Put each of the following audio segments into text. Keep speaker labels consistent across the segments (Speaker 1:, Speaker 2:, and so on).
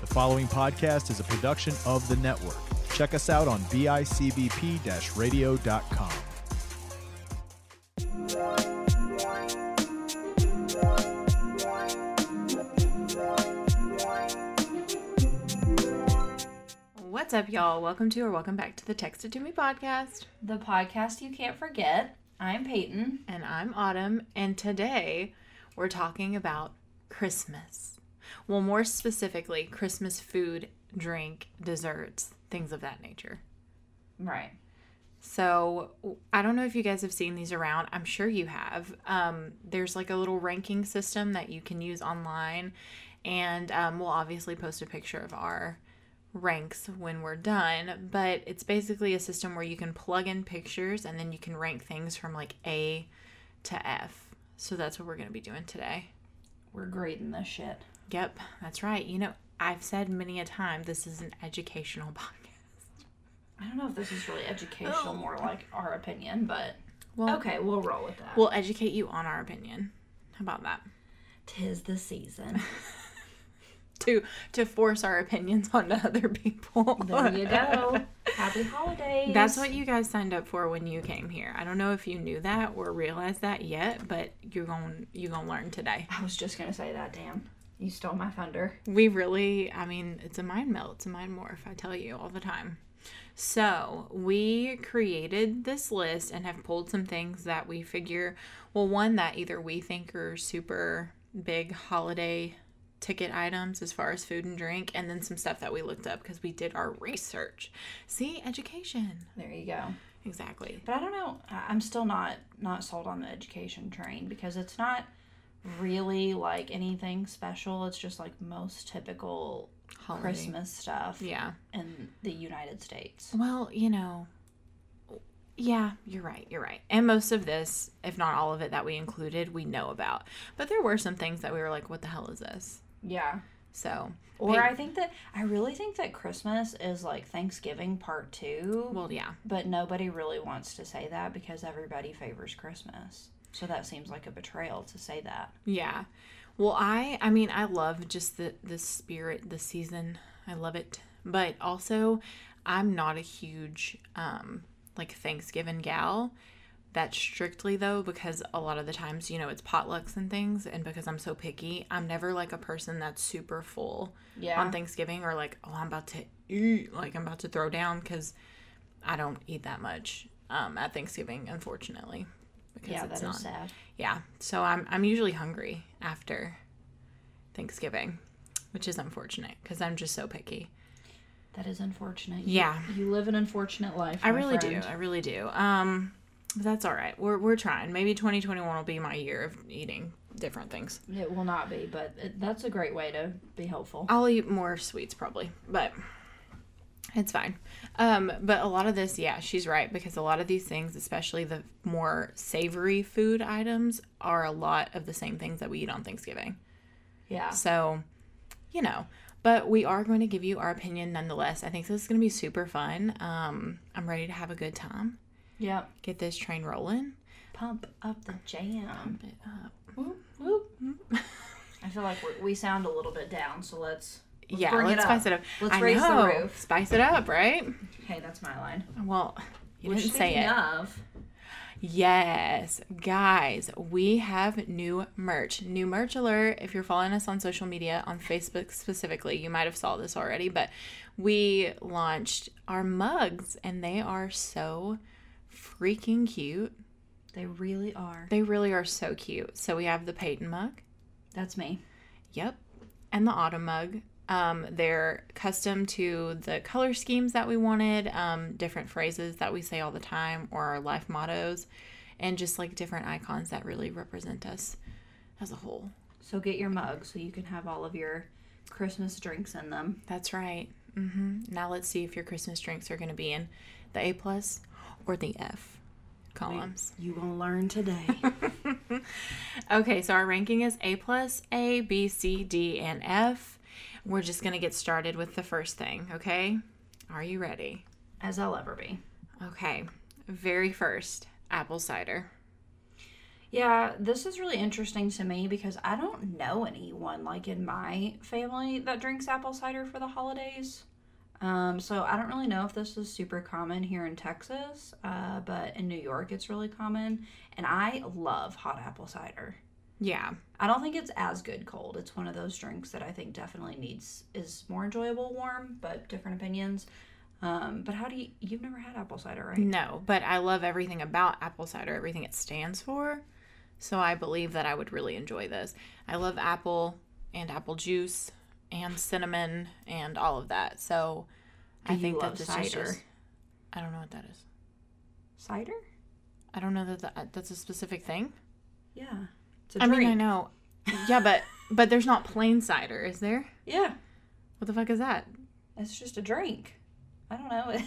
Speaker 1: The following podcast is a production of the network. Check us out on bicbp radio.com.
Speaker 2: What's up, y'all? Welcome to or welcome back to the Text It To Me podcast.
Speaker 3: The podcast you can't forget. I'm Peyton.
Speaker 2: And I'm Autumn, and today we're talking about Christmas. Well, more specifically, Christmas food, drink, desserts, things of that nature.
Speaker 3: Right.
Speaker 2: So I don't know if you guys have seen these around. I'm sure you have. Um, there's like a little ranking system that you can use online, and um, we'll obviously post a picture of our ranks when we're done. But it's basically a system where you can plug in pictures and then you can rank things from like A to F. So that's what we're gonna be doing today.
Speaker 3: We're grading this shit.
Speaker 2: Yep, that's right. You know, I've said many a time this is an educational podcast.
Speaker 3: I don't know if this is really educational, more like our opinion, but
Speaker 2: Well,
Speaker 3: okay, we'll roll with that.
Speaker 2: We'll educate you on our opinion. How about that?
Speaker 3: Tis the season.
Speaker 2: to to force our opinions onto other people.
Speaker 3: there you go. Happy holidays.
Speaker 2: That's what you guys signed up for when you came here. I don't know if you knew that or realized that yet, but you're going to you're going to learn today.
Speaker 3: I was just gonna say. That damn, you stole my thunder.
Speaker 2: We really, I mean, it's a mind melt, it's a mind morph, I tell you all the time. So, we created this list and have pulled some things that we figure, well, one that either we think are super big holiday ticket items as far as food and drink, and then some stuff that we looked up because we did our research. See, education.
Speaker 3: There you go.
Speaker 2: Exactly.
Speaker 3: But I don't know. I- I'm still not not sold on the education train because it's not really like anything special. It's just like most typical
Speaker 2: Holiday.
Speaker 3: Christmas stuff
Speaker 2: Yeah.
Speaker 3: in the United States.
Speaker 2: Well, you know, yeah, you're right. You're right. And most of this, if not all of it that we included, we know about. But there were some things that we were like, what the hell is this?
Speaker 3: Yeah.
Speaker 2: So,
Speaker 3: Or
Speaker 2: Pey-
Speaker 3: I think that I really think that Christmas is like Thanksgiving part two,
Speaker 2: well, yeah.
Speaker 3: but nobody really wants to say that because everybody favors Christmas. So that seems like a betrayal to say that.
Speaker 2: Yeah. Well, I I mean, I love just the the spirit, the season. I love it. But also, I'm not a huge um like Thanksgiving gal. That's strictly though because a lot of the times, you know, it's potlucks and things and because I'm so picky, I'm never like a person that's super full
Speaker 3: Yeah.
Speaker 2: on Thanksgiving or like, oh, I'm about to eat, like I'm about to throw down cuz I don't eat that much um at Thanksgiving, unfortunately. Because
Speaker 3: yeah, that is sad.
Speaker 2: yeah. So I'm I'm usually hungry after Thanksgiving, which is unfortunate because I'm just so picky.
Speaker 3: That is unfortunate. You-
Speaker 2: Yeah.
Speaker 3: You, live an unfortunate life.
Speaker 2: I
Speaker 3: my
Speaker 2: really
Speaker 3: friend.
Speaker 2: do. I really do. Um but that's all right. We're we're trying. Maybe 2021 will be my year of eating different things.
Speaker 3: It will not be, but it, that's a great way to be helpful.
Speaker 2: I'll eat more sweets probably, but it's fine. Um, but a lot of this, yeah, she's right because a lot of these things, especially the more savory food items, are a lot of the same things that we eat on Thanksgiving.
Speaker 3: Yeah.
Speaker 2: So, you know, but we are going to give you our opinion nonetheless. I think this is going to be super fun. Um, I'm ready to have a good time.
Speaker 3: Yep.
Speaker 2: Get this train rolling.
Speaker 3: Pump up the jam.
Speaker 2: But, uh,
Speaker 3: Whoop, whoop. I feel like we're, we sound a little bit down, so let's, let's
Speaker 2: yeah,
Speaker 3: bring
Speaker 2: let's
Speaker 3: it up.
Speaker 2: spice it up.
Speaker 3: Let's
Speaker 2: I
Speaker 3: raise the
Speaker 2: know.
Speaker 3: roof.
Speaker 2: Spice it up, right?
Speaker 3: Hey, that's my line.
Speaker 2: Well, you
Speaker 3: Which,
Speaker 2: didn't say
Speaker 3: speaking
Speaker 2: it.
Speaker 3: Of,
Speaker 2: Yes, guys, we have new merch. New merch alert. If you're following us on social media, on Facebook specifically, you might have saw this already, but we launched our mugs and they are so freaking cute.
Speaker 3: they really are.
Speaker 2: They really are so cute. So we have the Peyton mug.
Speaker 3: That's me.
Speaker 2: Yep. And the Autumn mug. Um, they're custom to the color schemes that we wanted, um, different phrases that we say all the time, or our life mottos, and just like different icons that really represent us as a whole.
Speaker 3: So get your mug so you can have all of your Christmas drinks in them.
Speaker 2: That's right. hmm Now let's see if your Christmas drinks are going to be in the A plus or the F columns.
Speaker 3: You gonna learn today.
Speaker 2: Okay, so our ranking is A plus, A, B, C, D, and F. We're just gonna get started with the first thing, okay? Are you ready?
Speaker 3: As I'll ever be.
Speaker 2: Okay, very first, apple cider.
Speaker 3: Yeah, this is really interesting to me because I don't know anyone like in my family that drinks apple cider for the holidays. Um, so I don't really know if this is super common here in Texas, uh, but in New York it's really common. And I love hot apple cider.
Speaker 2: Yeah.
Speaker 3: I don't think it's as good cold. It's one of those drinks that I think definitely needs is more enjoyable warm, but different opinions. Um, but how do you? You've never had apple cider, right?
Speaker 2: No, but I love everything about apple cider, everything it stands for. So I believe that I would really enjoy this. I love apple and apple juice and cinnamon and all of that. So I
Speaker 3: Do you
Speaker 2: think that
Speaker 3: love
Speaker 2: this is
Speaker 3: cider?
Speaker 2: just, I don't know what that is.
Speaker 3: Cider?
Speaker 2: I don't know that that that's a specific thing.
Speaker 3: Yeah. It's a
Speaker 2: I
Speaker 3: drink.
Speaker 2: mean, I know. Yeah, but but there's not plain cider, is there?
Speaker 3: Yeah,
Speaker 2: What the fuck is that?
Speaker 3: it's just a drink. I don't know.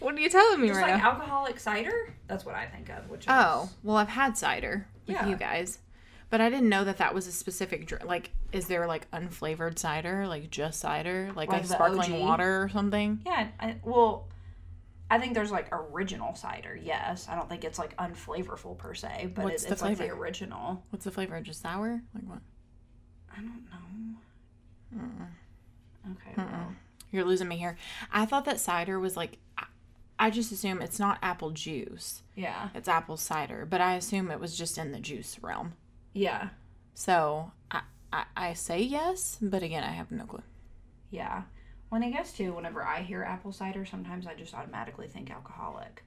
Speaker 2: What are you telling me
Speaker 3: just
Speaker 2: right
Speaker 3: like
Speaker 2: now?
Speaker 3: alcoholic cider. That's what I think of. Which is,
Speaker 2: Oh, well, I've had cider with
Speaker 3: Yeah.
Speaker 2: you guys, but I didn't know that that was a specific drink. Like, is there like unflavored cider, like just cider, like,
Speaker 3: Like
Speaker 2: a
Speaker 3: the
Speaker 2: sparkling
Speaker 3: OG?
Speaker 2: water or something?
Speaker 3: yeah. I, well, I think there's like original cider. Yes, I don't think it's like unflavorful per se, but
Speaker 2: What's
Speaker 3: it,
Speaker 2: the
Speaker 3: it's like the
Speaker 2: flavor?
Speaker 3: original.
Speaker 2: What's the flavor? Just sour? Like what?
Speaker 3: I don't know.
Speaker 2: Hmm.
Speaker 3: Okay. Well,
Speaker 2: You're losing me here. I thought that cider was like, I- I just assume it's not apple juice,
Speaker 3: yeah.
Speaker 2: it's apple cider, but I assume it was just in the juice realm.
Speaker 3: Yeah.
Speaker 2: So I, I, I say yes, but again, I have no clue.
Speaker 3: Yeah. When I guess too, whenever I hear apple cider, sometimes I just automatically think alcoholic.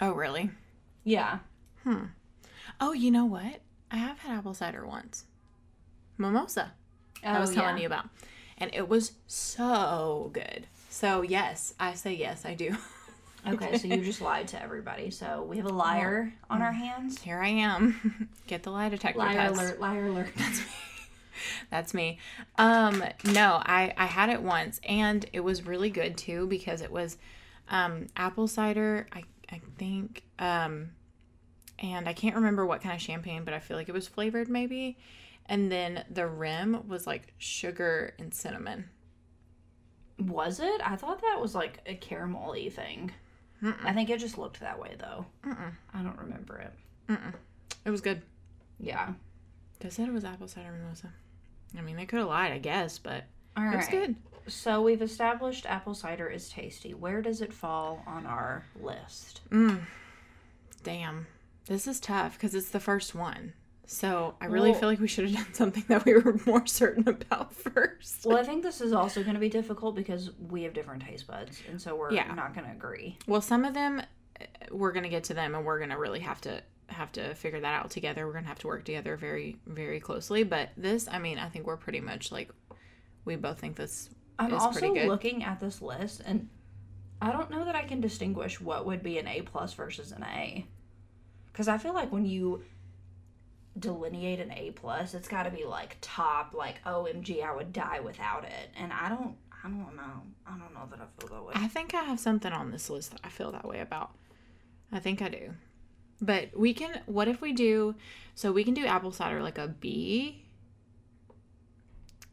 Speaker 2: Oh, really?
Speaker 3: Yeah.
Speaker 2: Oh, you know what? I have had apple cider once. Mimosa. I
Speaker 3: Oh,
Speaker 2: was telling you about. And it was so good. So, yes, I say yes, I do.
Speaker 3: you. Okay, so you just lied to everybody. So we have a liar on
Speaker 2: hmm.
Speaker 3: our hands.
Speaker 2: Here I am. Get the lie detector
Speaker 3: Liar
Speaker 2: test.
Speaker 3: alert! Liar alert!
Speaker 2: That's me. Um, no, I, I had it once and it was really good too because it was um, apple cider, I, I think, um, and I can't remember what kind of champagne, but I feel like it was flavored maybe. And then the rim was like sugar and cinnamon.
Speaker 3: Was it? I thought that was like a caramelly thing. I think it just looked that way though. I don't remember it.
Speaker 2: It was good.
Speaker 3: Yeah.
Speaker 2: They said it was apple cider mimosa. I mean, they could have lied, I guess, but
Speaker 3: All right.
Speaker 2: it was good.
Speaker 3: So we've established apple cider is tasty. Where does it fall on our list?
Speaker 2: Damn. This is tough because it's the first one. So I really
Speaker 3: Well-
Speaker 2: feel like we should have done something that we were more certain about first.
Speaker 3: Well, I think this is also going to be difficult because we have different taste buds, and so we're
Speaker 2: Yeah.
Speaker 3: not going to agree.
Speaker 2: Well, some of them uh, we're gonna get to them, and we're gonna really have to have to figure that out together. We're gonna have to work together very, very closely. But this, I mean, I think we're pretty much like we both think this
Speaker 3: I'm
Speaker 2: is
Speaker 3: also
Speaker 2: pretty good.
Speaker 3: looking at this list, and I don't know that I can distinguish what would be an A plus versus an A, because I feel like when you delineate an A plus, it's got to be like top, like OMG, I would die without it, and I don't, I don't know, I don't know that I feel that way.
Speaker 2: I think I have something on this list that I feel that way about. I think I do. But we can. What if we do? So we can do apple cider like a B,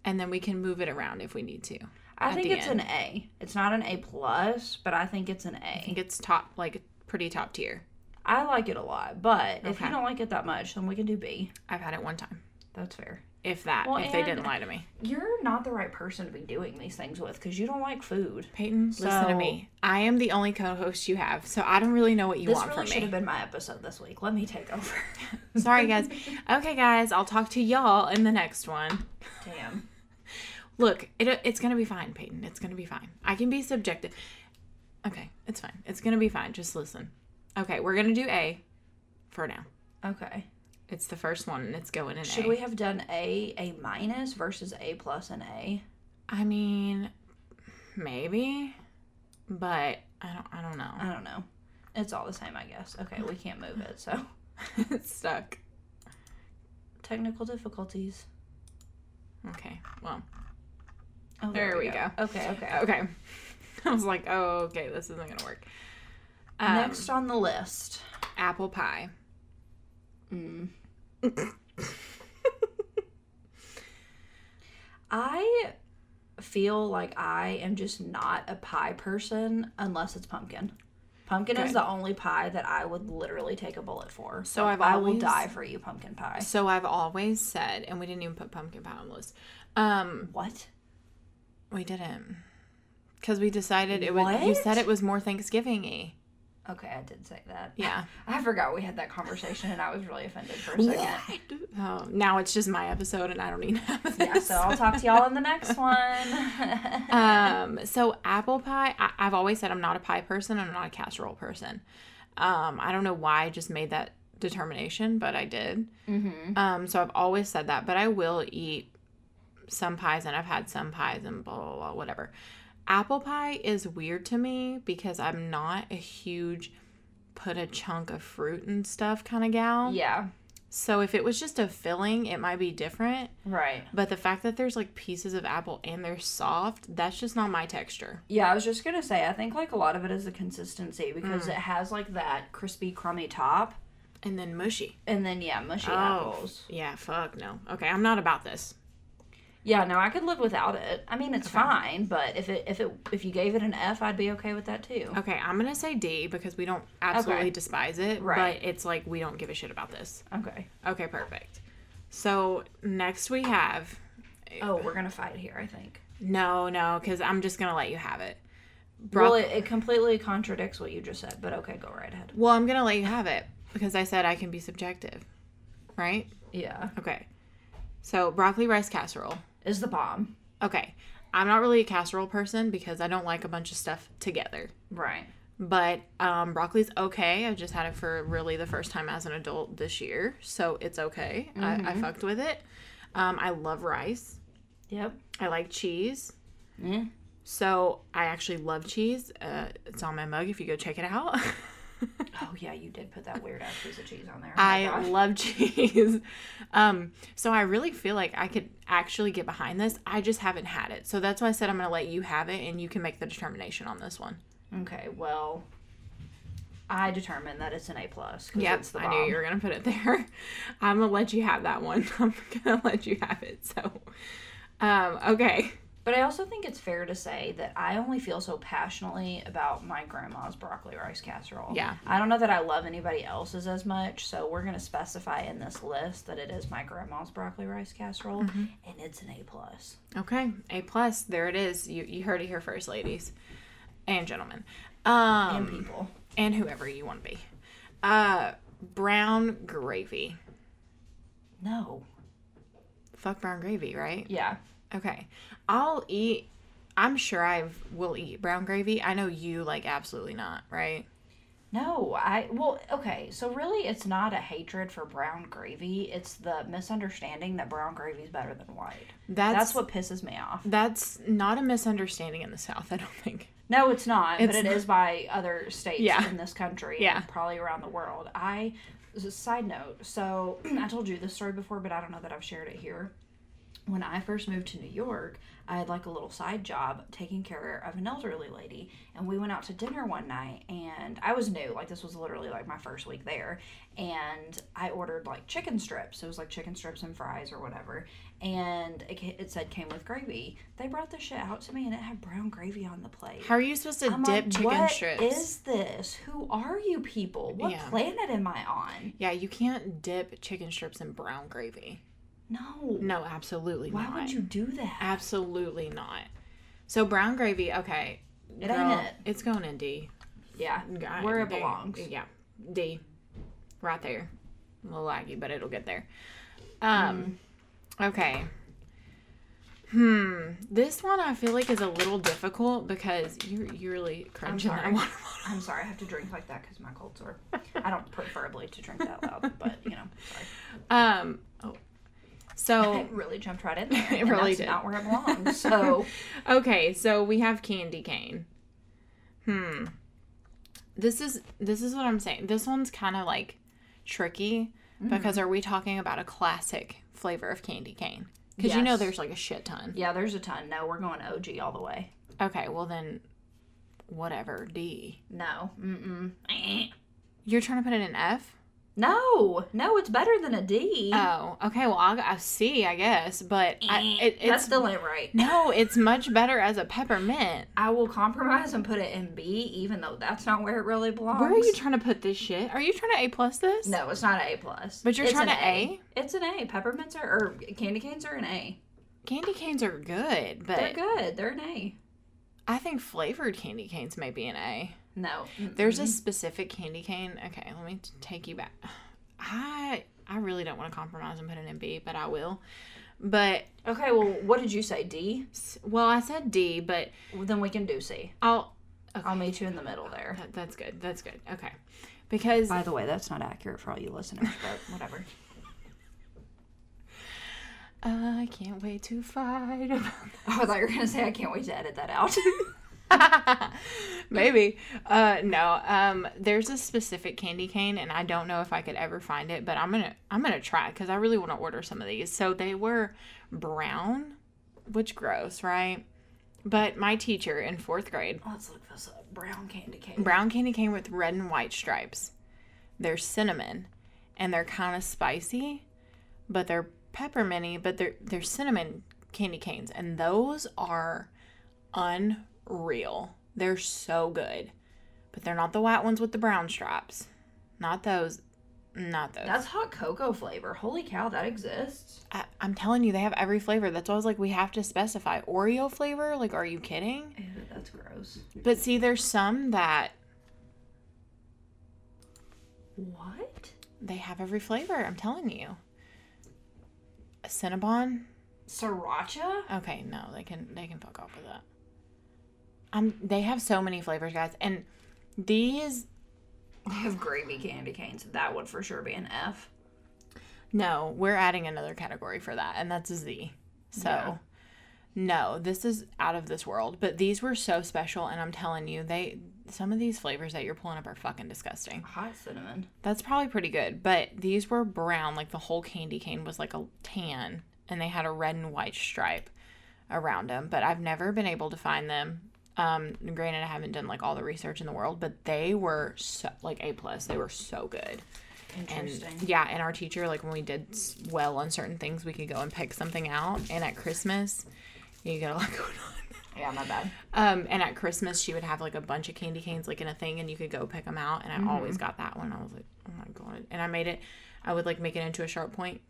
Speaker 2: and then we can move it around if we need to.
Speaker 3: I
Speaker 2: at
Speaker 3: think
Speaker 2: the
Speaker 3: it's
Speaker 2: end.
Speaker 3: an A. It's not an A plus, but I think it's an
Speaker 2: I
Speaker 3: A.
Speaker 2: think it's top, like pretty top tier.
Speaker 3: I like it a lot, but if you
Speaker 2: Okay.
Speaker 3: don't like it that much, then we can do B.
Speaker 2: I've had it one time,
Speaker 3: That's fair.
Speaker 2: if that,
Speaker 3: Well,
Speaker 2: if they
Speaker 3: and-
Speaker 2: didn't lie to me.
Speaker 3: You're not the right person to be doing these things with because you don't like food.
Speaker 2: Peyton, listen to
Speaker 3: So-
Speaker 2: me. I am the only co-host you have, so I don't really know what you
Speaker 3: This
Speaker 2: want
Speaker 3: really
Speaker 2: from
Speaker 3: should
Speaker 2: me.
Speaker 3: have been my episode this week. Let me take over.
Speaker 2: Sorry, guys. Okay, guys, I'll talk to y'all in the next one.
Speaker 3: Damn.
Speaker 2: Look, it, it's gonna be fine, Peyton. It's gonna be fine. I can be subjective. Okay, it's fine. It's gonna be fine. Just listen. Okay, we're gonna do A for now.
Speaker 3: Okay.
Speaker 2: It's the first one, and it's going in
Speaker 3: Should
Speaker 2: A.
Speaker 3: we have done A A minus versus A plus and A?
Speaker 2: I mean, maybe, but I don't. I don't know.
Speaker 3: I don't know. It's all the same, I guess. Okay, we can't move it. So
Speaker 2: it's stuck.
Speaker 3: technical difficulties.
Speaker 2: Okay. Well.
Speaker 3: Oh,
Speaker 2: There we go.
Speaker 3: Okay. Okay.
Speaker 2: Okay. I was like, oh, okay, this isn't gonna work. Um,
Speaker 3: Next on the list.
Speaker 2: apple pie.
Speaker 3: Mm. I feel like I am just not a pie person unless it's pumpkin. Pumpkin is
Speaker 2: Good.
Speaker 3: the only pie that I would literally take a bullet for.
Speaker 2: So
Speaker 3: Like,
Speaker 2: I've
Speaker 3: I will
Speaker 2: always-
Speaker 3: die for you, pumpkin pie.
Speaker 2: So I've always said, and we didn't even put pumpkin pie on the list. Um,
Speaker 3: What?
Speaker 2: we didn't, because we decided it was. You
Speaker 3: What?
Speaker 2: said it was more Thanksgiving-y.
Speaker 3: Okay, I did say that.
Speaker 2: Yeah.
Speaker 3: I forgot we had that conversation, and I was really offended for a second.
Speaker 2: Oh, now it's just my episode, and I don't need half of this.
Speaker 3: yeah, so I'll talk to y'all in the next one.
Speaker 2: um so apple pie I, i've always said i'm not a pie person i'm not a casserole person um i don't know why i just made that determination but i did um so i've always said that but i will eat some pies and i've had some pies and blah blah blah whatever apple pie is weird to me because i'm not a huge put a chunk of fruit and stuff kind of gal
Speaker 3: yeah,
Speaker 2: so if it was just a filling it might be different
Speaker 3: right.
Speaker 2: but the fact that there's like pieces of apple and they're soft, that's just not my texture.
Speaker 3: Yeah, I was just gonna say, I think like a lot of it is the consistency because
Speaker 2: Mm.
Speaker 3: it has like that crispy, crummy top,
Speaker 2: And then mushy.
Speaker 3: and then yeah, mushy
Speaker 2: Oh.
Speaker 3: apples.
Speaker 2: Yeah, fuck no. Okay, I'm not about this.
Speaker 3: Yeah, no, I could live without it. I mean, it's fine, but if it if it if you gave it an F, I'd be okay with that too.
Speaker 2: Okay, I'm gonna say D because we don't absolutely
Speaker 3: Okay.
Speaker 2: despise it,
Speaker 3: Right.
Speaker 2: but it's like we don't give a shit about this.
Speaker 3: Okay.
Speaker 2: Okay, perfect. So next we have
Speaker 3: Oh, we're gonna fight here, I think.
Speaker 2: no, no, because I'm just gonna let you have it.
Speaker 3: Well,
Speaker 2: Broccoli.
Speaker 3: it, it completely contradicts what you just said, but okay, go right ahead.
Speaker 2: well, I'm gonna let you have it because I said I can be subjective, right?
Speaker 3: Yeah,
Speaker 2: Okay. So broccoli rice casserole.
Speaker 3: is the bomb
Speaker 2: Okay. I'm not really a casserole person because I don't like a bunch of stuff together.
Speaker 3: right?
Speaker 2: But um, broccoli's okay. I've just had it for really the first time as an adult this year. So it's okay. I, I fucked with it. Um, I love rice.
Speaker 3: Yep.
Speaker 2: I like cheese. So I actually love cheese. Uh, it's on my mug if you go check it out.
Speaker 3: Oh yeah, you did put that weird ass piece of cheese on there. Oh, my
Speaker 2: I
Speaker 3: God.
Speaker 2: love cheese. Um, so I really feel like I could actually get behind this. I just haven't had it. So that's why I said I'm going to let you have it and you can make the determination on this one.
Speaker 3: Okay, well, I determined that it's an A plus. 'cause
Speaker 2: Yep,
Speaker 3: it's the
Speaker 2: I knew
Speaker 3: bomb.
Speaker 2: you were gonna put it there. I'm gonna let you have that one. I'm gonna let you have it. So, um, okay,
Speaker 3: But I also think it's fair to say that I only feel so passionately about my grandma's broccoli rice casserole.
Speaker 2: Yeah.
Speaker 3: I don't know that I love anybody else's as much, so we're gonna specify in this list that it is my grandma's broccoli rice casserole,
Speaker 2: Mm-hmm.
Speaker 3: and it's an A plus.
Speaker 2: okay, A plus. There it is. You you heard it here first, ladies and gentlemen, um,
Speaker 3: And people,
Speaker 2: and whoever you want to be. Uh, brown gravy.
Speaker 3: no,
Speaker 2: Fuck brown gravy, right?
Speaker 3: yeah,
Speaker 2: Okay, I'll eat. I'm sure I will eat brown gravy. I know you like absolutely not, right?
Speaker 3: no. I well, okay. So really, it's not a hatred for brown gravy. It's the misunderstanding that brown gravy is better than white. That's what pisses me off.
Speaker 2: That's not a misunderstanding in the South, I don't think.
Speaker 3: No, it's not,
Speaker 2: It's
Speaker 3: but it is by other states
Speaker 2: Yeah.
Speaker 3: in this country
Speaker 2: Yeah.
Speaker 3: and probably around the world. I s- side note, so I told you this story before, but I don't know that I've shared it here. When I first moved to New York, I had like a little side job taking care of an elderly lady, and we went out to dinner one night, and I was new, like this was literally like my first week there, and I ordered like chicken strips. It was like chicken strips and fries or whatever, and it, ca- it said came with gravy. They brought this shit out to me, and it had brown gravy on the plate.
Speaker 2: How are you supposed to
Speaker 3: I'm
Speaker 2: dip
Speaker 3: like,
Speaker 2: chicken
Speaker 3: "What
Speaker 2: strips?
Speaker 3: is this? Who are you people? What
Speaker 2: Yeah.
Speaker 3: planet am I on?
Speaker 2: yeah, you can't dip chicken strips in brown gravy.
Speaker 3: No.
Speaker 2: No, absolutely
Speaker 3: Why
Speaker 2: not.
Speaker 3: would you do that?
Speaker 2: Absolutely not. So brown gravy, okay.
Speaker 3: It ain't it.
Speaker 2: It's going in D.
Speaker 3: Yeah.
Speaker 2: I-
Speaker 3: Where it
Speaker 2: there-
Speaker 3: belongs.
Speaker 2: Yeah, D, right there. A little laggy, but it'll get there. Um, okay. Hmm. This one I feel like is a little difficult because you you really crunching that
Speaker 3: sorry.
Speaker 2: water bottle.
Speaker 3: I'm sorry, I have to drink like that because my cold's are. I don't preferably to drink that loud, but you know, sorry.
Speaker 2: Um. Oh. So
Speaker 3: It really jumped right in there. It
Speaker 2: really
Speaker 3: that's
Speaker 2: did.
Speaker 3: Not where it belongs. So
Speaker 2: Okay, so we have candy cane. Hmm. This is this is what I'm saying. This one's kind of like tricky
Speaker 3: Mm.
Speaker 2: because are we talking about a classic flavor of candy cane? Because you know
Speaker 3: Yes.
Speaker 2: there's like a shit ton.
Speaker 3: yeah, there's a ton. No, we're going OG all the way.
Speaker 2: Okay, well then, whatever D.
Speaker 3: No. Mm mm.
Speaker 2: You're trying to put it in F?
Speaker 3: No, no, it's better than a D.
Speaker 2: Oh, okay. Well, I'll, I'll see, I guess. But I, it,
Speaker 3: that
Speaker 2: it's
Speaker 3: still ain't right.
Speaker 2: no, it's much better as a peppermint.
Speaker 3: I will compromise and put it in B, even though that's not where it really belongs.
Speaker 2: Where are you trying to put this shit? Are you trying to A plus this?
Speaker 3: No, it's not an A plus.
Speaker 2: But you're
Speaker 3: It's
Speaker 2: trying
Speaker 3: an
Speaker 2: to A?
Speaker 3: It's an A. Peppermints are or candy canes are an A.
Speaker 2: Candy canes are good, but
Speaker 3: They're good. They're an A.
Speaker 2: I think flavored candy canes may be an A.
Speaker 3: No.
Speaker 2: There's a specific candy cane. Okay, let me t- take you back. I I really don't want to compromise and put it in B, but I will. But
Speaker 3: a okay. Well, what did you say? D.
Speaker 2: s- well, I said D, but
Speaker 3: Well, then we can do C.
Speaker 2: I'll.
Speaker 3: I'll meet you in the middle there.
Speaker 2: that- that's good. That's good. Okay, because
Speaker 3: By the way, that's not accurate for all you listeners, but whatever.
Speaker 2: I can't wait to fight. about
Speaker 3: I thought you were gonna say I can't wait to edit that out.
Speaker 2: Maybe. Uh, no. Um, there's a specific candy cane, and I don't know if I could ever find it, but I'm gonna I'm gonna try because I really want to order some of these. So they were brown, which gross, right? But my teacher in fourth grade,
Speaker 3: Let's look this up. Brown candy cane.
Speaker 2: brown candy cane with red and white stripes. They're cinnamon, and they're kind of spicy, but they're pepperminty. But they're they're cinnamon candy canes, and those are unreal. They're so good, but they're not the white ones with the brown stripes. Not those. Not those.
Speaker 3: That's hot cocoa flavor. Holy cow, that exists.
Speaker 2: I, I'm telling you, they have every flavor. That's why I was like, we have to specify Oreo flavor. Like, are you kidding?
Speaker 3: Ew, that's gross.
Speaker 2: But see, there's some that
Speaker 3: What?
Speaker 2: They have every flavor, I'm telling you. Cinnabon?
Speaker 3: Sriracha?
Speaker 2: Okay, no, they can they can fuck off with that. Um they have so many flavors, guys. And these
Speaker 3: They have gravy candy canes. That would for sure be an F.
Speaker 2: no, we're adding another category for that, and that's a Z. So
Speaker 3: Yeah.
Speaker 2: no, this is out of this world. But these were so special and I'm telling you, they some of these flavors that you're pulling up are fucking disgusting.
Speaker 3: Hot cinnamon.
Speaker 2: That's probably pretty good, but these were brown, like the whole candy cane was like a tan and they had a red and white stripe around them, but I've never been able to find them. Um granted I haven't done like all the research in the world, but they were so like A plus. They were so good. And
Speaker 3: Interesting.
Speaker 2: yeah, and our teacher like when we did s- well on certain things, we could go and pick something out. And at Christmas, you got a lot going on.
Speaker 3: yeah, my bad.
Speaker 2: Um, and at Christmas, she would have like a bunch of candy canes, like in a thing, and you could go pick them out. And I
Speaker 3: Mm-hmm.
Speaker 2: always got that one. I was like, oh my god! And I made it. I would like make it into a sharp point.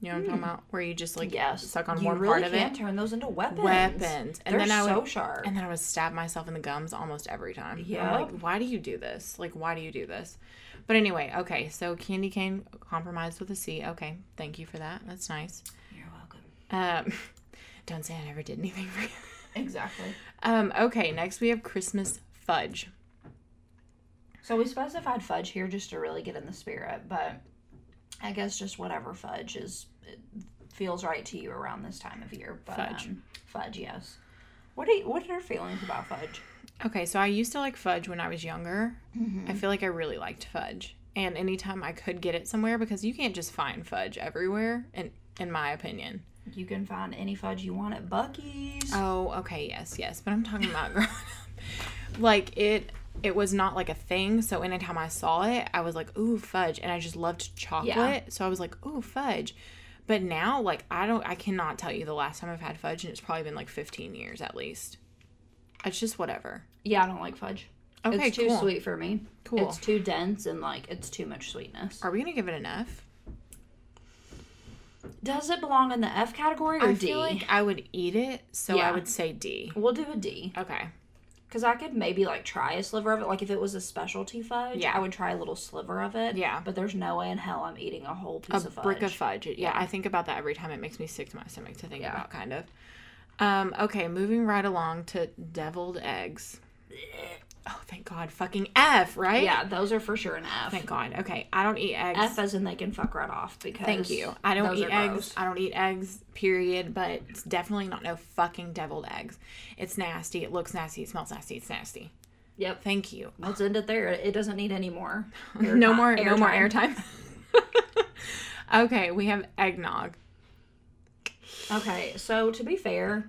Speaker 2: You know what I'm talking about? Where you just like
Speaker 3: Hmm. Yes.
Speaker 2: suck on
Speaker 3: you
Speaker 2: one
Speaker 3: really
Speaker 2: part of
Speaker 3: can
Speaker 2: it.
Speaker 3: turn those into weapons.
Speaker 2: Weapons. And
Speaker 3: They're
Speaker 2: then I would-
Speaker 3: so sharp.
Speaker 2: And then I would stab myself in the gums almost every time. I'm
Speaker 3: Yep.
Speaker 2: Like, why do you do this? Like, why do you do this? But anyway, okay. So candy cane compromised with a C. Okay, thank you for that. That's nice.
Speaker 3: You're welcome.
Speaker 2: Um, don't say I never did anything for you.
Speaker 3: Exactly.
Speaker 2: Um, okay, next we have Christmas fudge.
Speaker 3: So we specified fudge here just to really get in the spirit, but I guess just whatever fudge is it feels right to you around this time of year. But,
Speaker 2: Fudge.
Speaker 3: um, fudge, yes. What are you, what are your feelings about fudge?
Speaker 2: Okay, so I used to like fudge when I was younger. I feel like I really liked fudge. And anytime I could get it somewhere, because you can't just find fudge everywhere, in, in my opinion.
Speaker 3: You can find any fudge you want at Bucky's.
Speaker 2: Oh, okay, yes, yes. But I'm talking about growing up. Like it it was not like a thing, so anytime I saw it, I was like, ooh, fudge. And I just loved chocolate. So I was like, ooh, fudge. But now, like, I don't I cannot tell you the last time I've had fudge, and it's probably been like fifteen years at least. It's just whatever.
Speaker 3: Yeah, I don't like fudge.
Speaker 2: Okay,
Speaker 3: it's too
Speaker 2: cool.
Speaker 3: sweet for me.
Speaker 2: Cool.
Speaker 3: It's too dense and like it's too much sweetness.
Speaker 2: Are we gonna give it an F?
Speaker 3: Does it belong in the F category or
Speaker 2: I
Speaker 3: D?
Speaker 2: feel like I would eat it, so I
Speaker 3: Yeah.
Speaker 2: would say D.
Speaker 3: We'll do a D.
Speaker 2: Okay.
Speaker 3: Because I could maybe like try a sliver of it. Like if it was a specialty fudge,
Speaker 2: Yeah.
Speaker 3: I would try a little sliver of it.
Speaker 2: Yeah.
Speaker 3: But there's no way in hell I'm eating a whole piece
Speaker 2: a
Speaker 3: of fudge.
Speaker 2: brick of fudge. Yeah, I think about that every time. It makes me sick to my stomach to think
Speaker 3: Yeah.
Speaker 2: about, kind of. Um, okay, moving right along to deviled eggs. Oh, thank God. Fucking F, right?
Speaker 3: yeah, those are for sure an F.
Speaker 2: Thank God. Okay, I don't eat eggs.
Speaker 3: F as in they can fuck right off because
Speaker 2: Thank you. I don't
Speaker 3: those
Speaker 2: eat
Speaker 3: are
Speaker 2: eggs.
Speaker 3: gross.
Speaker 2: I don't eat eggs, period. But it's definitely not no fucking deviled eggs. It's nasty. It looks nasty. It smells nasty. It's nasty.
Speaker 3: Yep.
Speaker 2: Thank you.
Speaker 3: Let's end it there. It doesn't need any more.
Speaker 2: no
Speaker 3: airtime-
Speaker 2: more no more
Speaker 3: airtime.
Speaker 2: airtime. okay, we have eggnog.
Speaker 3: Okay, so to be fair,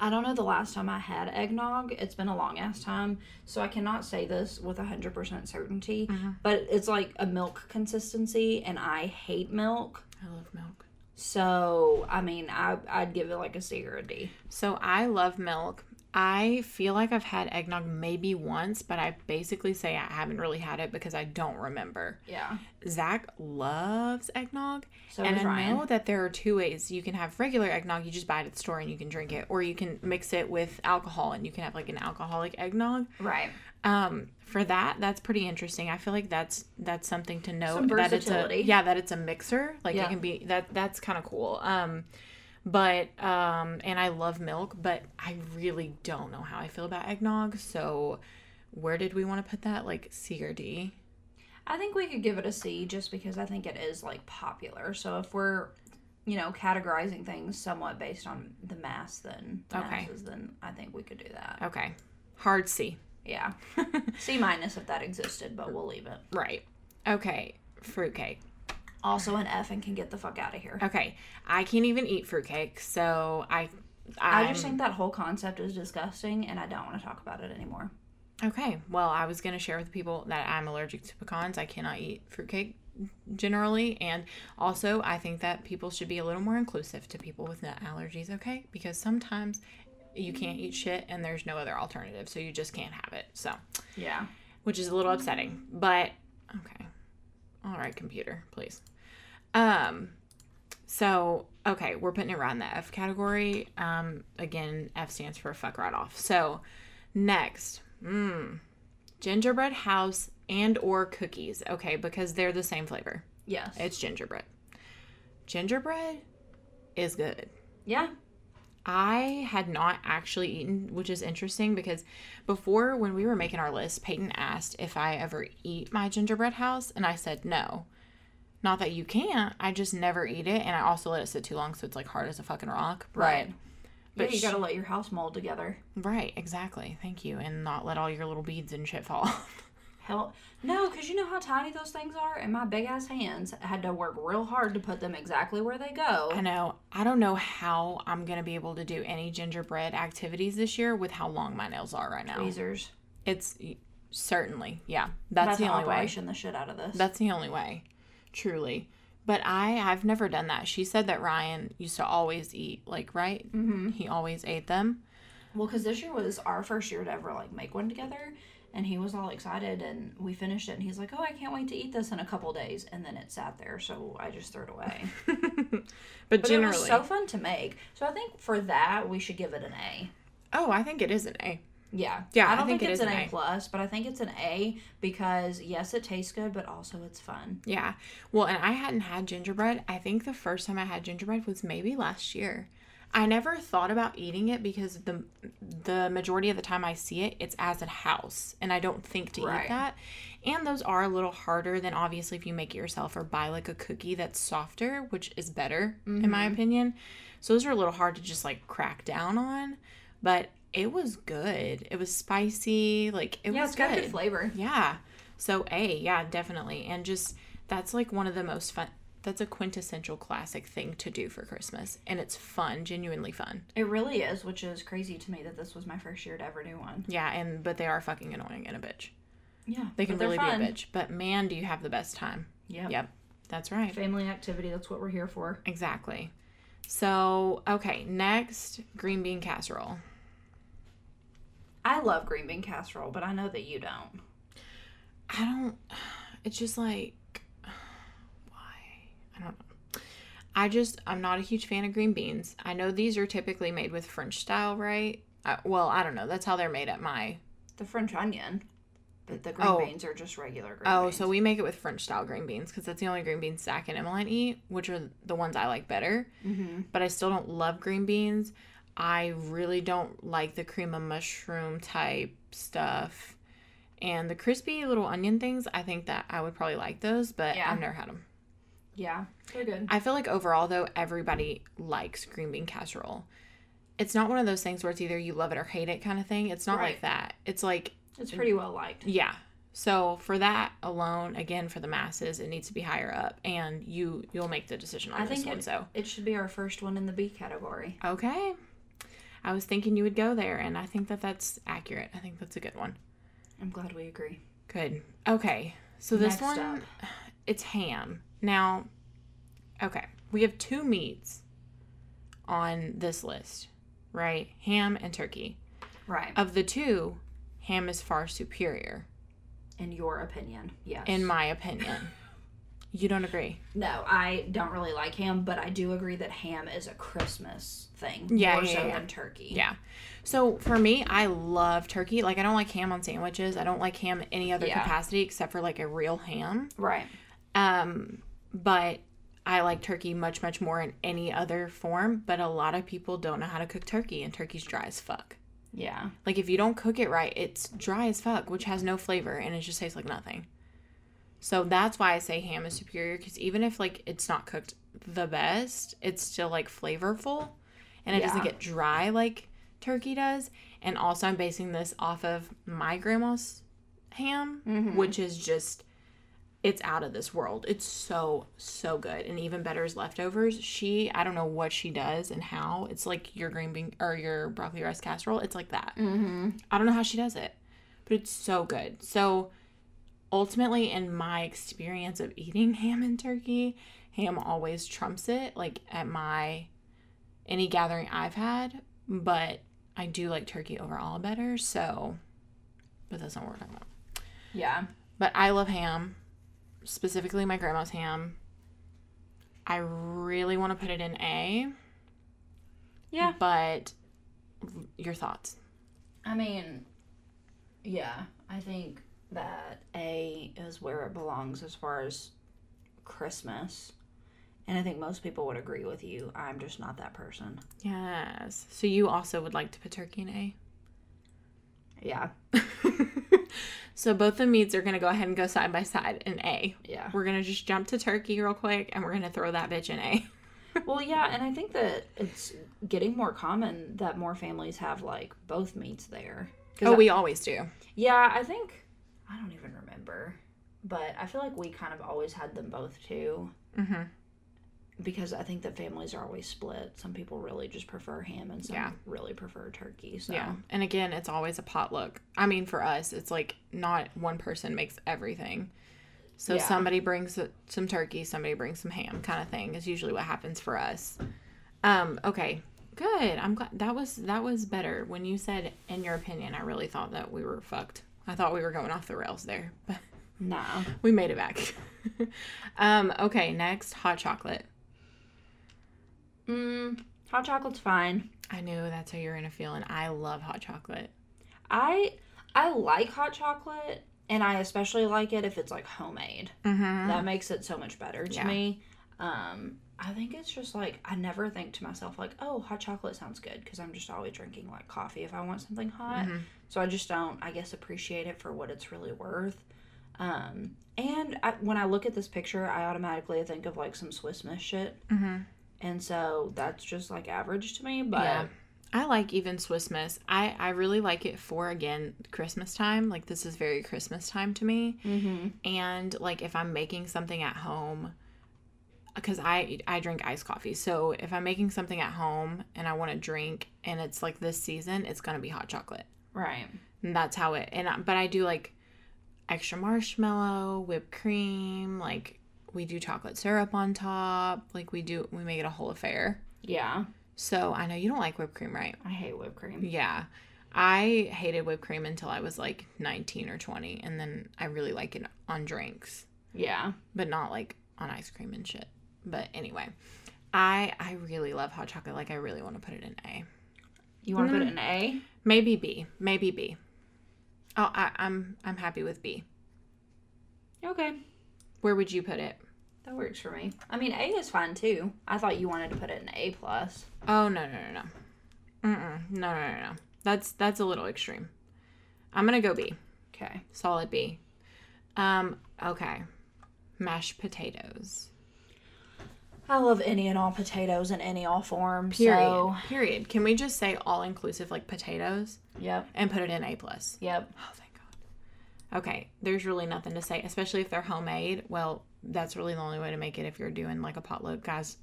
Speaker 3: I don't know the last time I had eggnog. It's been a long ass time, so I cannot say this with 100% certainty, but it's like a milk consistency and I hate milk.
Speaker 2: I love milk.
Speaker 3: So, I mean, I I'd give it like a C or a D.
Speaker 2: So I love milk. I feel like I've had eggnog maybe once, but I basically say I haven't really had it because I don't remember.
Speaker 3: Yeah.
Speaker 2: Zach loves eggnog.
Speaker 3: So
Speaker 2: and
Speaker 3: does
Speaker 2: I
Speaker 3: Ryan.
Speaker 2: know that there are two ways. You can have regular eggnog, you just buy it at the store and you can drink it, or you can mix it with alcohol and you can have like an alcoholic eggnog.
Speaker 3: Right.
Speaker 2: Um, for that, that's pretty interesting. I feel like that's that's something to know
Speaker 3: Some
Speaker 2: that it's a
Speaker 3: versatility.
Speaker 2: yeah that it's a mixer. Like
Speaker 3: Yeah.
Speaker 2: it can be that that's kind of cool. Um, but um, and I love milk, but I really don't know how I feel about eggnog. So, where did we want to put that? Like C or D?
Speaker 3: I think we could give it a C just because I think it is like popular. So if we're, you know, categorizing things somewhat based on the mass, then the
Speaker 2: Okay.
Speaker 3: masses, then I think we could do that.
Speaker 2: Okay, hard C.
Speaker 3: Yeah, C minus if that existed, but we'll leave it.
Speaker 2: Right. Okay, fruitcake.
Speaker 3: Also an F and can get the fuck out of here.
Speaker 2: Okay, I can't even eat fruitcake, so I. i
Speaker 3: I just think that whole concept is disgusting, and I don't want to talk about it anymore.
Speaker 2: Okay. Well, I was going to share with people that I'm allergic to pecans. I cannot eat fruitcake generally. And also, I think that people should be a little more inclusive to people with nut allergies, okay? Because sometimes you can't eat shit and there's no other alternative. So you just can't have it. So,
Speaker 3: Yeah.
Speaker 2: which is a little upsetting. But, okay. All right, computer, please. Um, so, okay, we're putting it right in the F category. Um, again, F stands for fuck right off. So, next, mm, gingerbread house and or cookies. Okay, because they're the same flavor.
Speaker 3: Yes.
Speaker 2: It's gingerbread. Gingerbread is good.
Speaker 3: yeah.
Speaker 2: I had not actually eaten, which is interesting because before when we were making our list, Peyton asked if I ever eat my gingerbread house, and I said no. Not that you can't, I just never eat it, and I also let it sit too long, so it's like hard as a fucking rock. But-
Speaker 3: Right.
Speaker 2: But
Speaker 3: yeah, you
Speaker 2: sh-
Speaker 3: gotta let your house mold together.
Speaker 2: right, exactly. Thank you, and not let all your little beads and shit fall. off.
Speaker 3: Hell, no, because you know how tiny those things are, and my big ass hands had to work real hard to put them exactly where they go.
Speaker 2: I know. I don't know how I'm gonna be able to do any gingerbread activities this year with how long my nails are right now.
Speaker 3: Tweezers.
Speaker 2: It's certainly, yeah. That's,
Speaker 3: That's
Speaker 2: the
Speaker 3: the
Speaker 2: only way.
Speaker 3: operation the shit out of this.
Speaker 2: That's the only way, truly. But I, I've never done that. She said that Ryan used to always eat, like, right? Mm-hmm. He always ate them.
Speaker 3: well, because this year was our first year to ever like make one together, and he was all excited, and we finished it, and he's like, "Oh, I can't wait to eat this in a couple days," and then it sat there, so I just threw it away.
Speaker 2: But,
Speaker 3: But
Speaker 2: generally,
Speaker 3: it was so fun to make, so I think for that we should give it an A.
Speaker 2: oh, I think it is an A.
Speaker 3: Yeah,
Speaker 2: Yeah,
Speaker 3: I
Speaker 2: I
Speaker 3: don't
Speaker 2: think
Speaker 3: think,
Speaker 2: it
Speaker 3: it's
Speaker 2: is
Speaker 3: an
Speaker 2: an
Speaker 3: A
Speaker 2: A.
Speaker 3: plus, but I think it's an A because yes, it tastes good, but also it's fun.
Speaker 2: Yeah. Well, and I hadn't had gingerbread. I think the first time I had gingerbread was maybe last year. I never thought about eating it because the the majority of the time I see it, it's as a house, and I don't think to eat
Speaker 3: Right.
Speaker 2: that. And those are a little harder than obviously if you make it yourself or buy like a cookie that's softer, which is better in
Speaker 3: Mm-hmm.
Speaker 2: my opinion. So those are a little hard to just like crack down on, but it was good. It was spicy, like it
Speaker 3: yeah,
Speaker 2: was
Speaker 3: it's got good
Speaker 2: good.
Speaker 3: flavor.
Speaker 2: Yeah. So A, yeah, definitely. And just that's like one of the most fun that's a quintessential classic thing to do for Christmas. And it's fun, genuinely fun.
Speaker 3: It really is, which is crazy to me that this was my first year to ever do one.
Speaker 2: Yeah, and but they are fucking annoying and a bitch.
Speaker 3: Yeah,
Speaker 2: They can
Speaker 3: but they're
Speaker 2: really
Speaker 3: fun.
Speaker 2: be a bitch. But man, do you have the best time.
Speaker 3: Yeah.
Speaker 2: Yep. That's right.
Speaker 3: Family activity, that's what we're here for.
Speaker 2: Exactly. So, okay, next, green bean casserole.
Speaker 3: I love green bean casserole, but I know that you don't.
Speaker 2: I don't. It's just like why I don't know. I just I'm not a huge fan of green beans. I know these are typically made with French style, right? Uh, well, I don't know. That's how they're made at my.
Speaker 3: The French onion, but the green
Speaker 2: Oh.
Speaker 3: beans are just regular green
Speaker 2: Oh,
Speaker 3: beans.
Speaker 2: so we make it with French style green beans because that's the only green beans Zach and Emmeline eat, which are the ones I like better.
Speaker 3: Mm-hmm.
Speaker 2: But I still don't love green beans. I really don't like the cream of mushroom type stuff. And the crispy little onion things, I think that I would probably like those, but
Speaker 3: Yeah.
Speaker 2: I've never had them.
Speaker 3: Yeah, they're good.
Speaker 2: I feel like overall, though, everybody likes green bean casserole. It's not one of those things where it's either you love it or hate it kind of thing. It's not like
Speaker 3: Right.
Speaker 2: that. It's like,
Speaker 3: It's pretty well liked.
Speaker 2: yeah. So for that alone, again for the masses, it needs to be higher up, and you you'll make the decision on
Speaker 3: I
Speaker 2: this
Speaker 3: think
Speaker 2: one.
Speaker 3: it,
Speaker 2: so
Speaker 3: it should be our first one in the B category.
Speaker 2: okay, I I was thinking you would go there, and I think that that's accurate. I think that's a good one.
Speaker 3: I'm glad we agree.
Speaker 2: Good. Okay. So this
Speaker 3: Next
Speaker 2: one,
Speaker 3: up.
Speaker 2: it's ham. Now, okay, we have two meats on this list, right? Ham and turkey.
Speaker 3: Right.
Speaker 2: Of the two, ham is far superior,
Speaker 3: in your opinion, yes.
Speaker 2: in my opinion. you don't agree?
Speaker 3: no, I don't really like ham, but I do agree that ham is a Christmas thing.
Speaker 2: Yeah,
Speaker 3: More
Speaker 2: yeah,
Speaker 3: so
Speaker 2: yeah.
Speaker 3: than turkey.
Speaker 2: Yeah. So for me, I love turkey. Like I don't like ham on sandwiches. I don't like ham in any other
Speaker 3: Yeah.
Speaker 2: capacity except for like a real ham.
Speaker 3: Right.
Speaker 2: Um, but I like turkey much, much more in any other form. But a lot of people don't know how to cook turkey, and turkey's dry as fuck.
Speaker 3: Yeah.
Speaker 2: Like if you don't cook it right, it's dry as fuck, which has no flavor, and it just tastes like nothing. So that's why I say ham is superior because even if like it's not cooked the best, it's still like flavorful, and it doesn't
Speaker 3: Yeah.
Speaker 2: get dry like turkey does. And also, I'm basing this off of my grandma's ham, which is just it's out of this world. It's so so good, and even better is leftovers. She I don't know what she does and how. It's like your green bean or your broccoli rice casserole. It's like that. I don't know how she does it, but it's so good. So ultimately, in my experience of eating ham and turkey, ham always trumps it. Like at my any gathering I've had, but I do like turkey overall better. So, but that's not what we're talking about.
Speaker 3: Yeah.
Speaker 2: But I love ham, specifically my grandma's ham. I really want to put it in A,
Speaker 3: Yeah.
Speaker 2: but your thoughts?
Speaker 3: I mean, yeah, I think that A is where it belongs as far as Christmas. And I think most people would agree with you. I'm just not that person.
Speaker 2: Yes. So you also would like to put turkey in A?
Speaker 3: Yeah.
Speaker 2: So both the meats are gonna go ahead and go side by side in A.
Speaker 3: Yeah.
Speaker 2: We're gonna just jump to turkey real quick and we're gonna throw that bitch in A.
Speaker 3: Well, yeah, and I think that it's getting more common that more families have like both meats there. 'Cause
Speaker 2: Oh,
Speaker 3: I-
Speaker 2: we always do.
Speaker 3: yeah, I think I don't even remember, but I feel like we kind of always had them both too.
Speaker 2: Mm-hmm.
Speaker 3: Because I think that families are always split. Some people really just prefer ham, and some
Speaker 2: Yeah.
Speaker 3: really prefer turkey. So
Speaker 2: Yeah. And again, it's always a potluck. I mean, for us, it's like not one person makes everything. So
Speaker 3: Yeah.
Speaker 2: somebody brings some turkey, somebody brings some ham, kind of thing. Is usually what happens for us. Um. Okay. Good. I'm glad that was that was better when you said in your opinion. I really thought that we were fucked. I thought we were going off the rails there, but
Speaker 3: no,
Speaker 2: we made it back. um. Okay. Next, hot chocolate.
Speaker 3: mm, hot chocolate's fine.
Speaker 2: I knew that's how you were gonna feel, and I love hot chocolate.
Speaker 3: I I like hot chocolate, and I especially like it if it's like homemade.
Speaker 2: Mm-hmm.
Speaker 3: that makes it so much better to
Speaker 2: Yeah.
Speaker 3: me um i think it's just like i never think to myself like oh hot chocolate sounds good because i'm just always drinking like coffee if i want something hot
Speaker 2: Mm-hmm.
Speaker 3: so i just don't i guess appreciate it for what it's really worth um and I, when i look at this picture i automatically think of like some swiss miss shit
Speaker 2: Mm-hmm.
Speaker 3: and so that's just like average to me but
Speaker 2: Yeah. I like even Swiss Miss. I, I really like it for again Christmas time. Like this is very Christmas time to me.
Speaker 3: Mhm.
Speaker 2: And like if I'm making something at home, because I I drink iced coffee. So if I'm making something at home and I want to drink and it's like this season, it's gonna be hot chocolate.
Speaker 3: right
Speaker 2: And that's how it. And I, but I do like extra marshmallow, whipped cream. Like we do chocolate syrup on top. Like we do we make it a whole affair.
Speaker 3: yeah
Speaker 2: So I know you don't like whipped cream, right?
Speaker 3: i hate whipped cream
Speaker 2: Yeah. I hated whipped cream until I was like 19 or 20 and then I really like it on drinks,
Speaker 3: yeah
Speaker 2: but not like on ice cream and shit. But anyway, I I really love hot chocolate. Like I really want to put it in A.
Speaker 3: you want to put it
Speaker 2: Mm-hmm.
Speaker 3: in a
Speaker 2: Maybe B. Maybe B. Oh, I, I'm I'm happy with B.
Speaker 3: okay
Speaker 2: Where would you put it?
Speaker 3: that works for me i mean a is fine too i thought you wanted to put it in a plus
Speaker 2: Oh no no no no. Mm-mm. No no no no. That's that's a little extreme. I'm gonna go B.
Speaker 3: Okay.
Speaker 2: Solid B. Um. Okay. Mashed potatoes.
Speaker 3: I love any and all potatoes in any all forms.
Speaker 2: Period.
Speaker 3: So,
Speaker 2: Period. Can we just say all inclusive like potatoes
Speaker 3: yep.
Speaker 2: and put it in A plus?
Speaker 3: Yep.
Speaker 2: Oh thank God. Okay. There's really nothing to say, especially if they're homemade. Well, that's really the only way to make it if you're doing like a potluck, guys.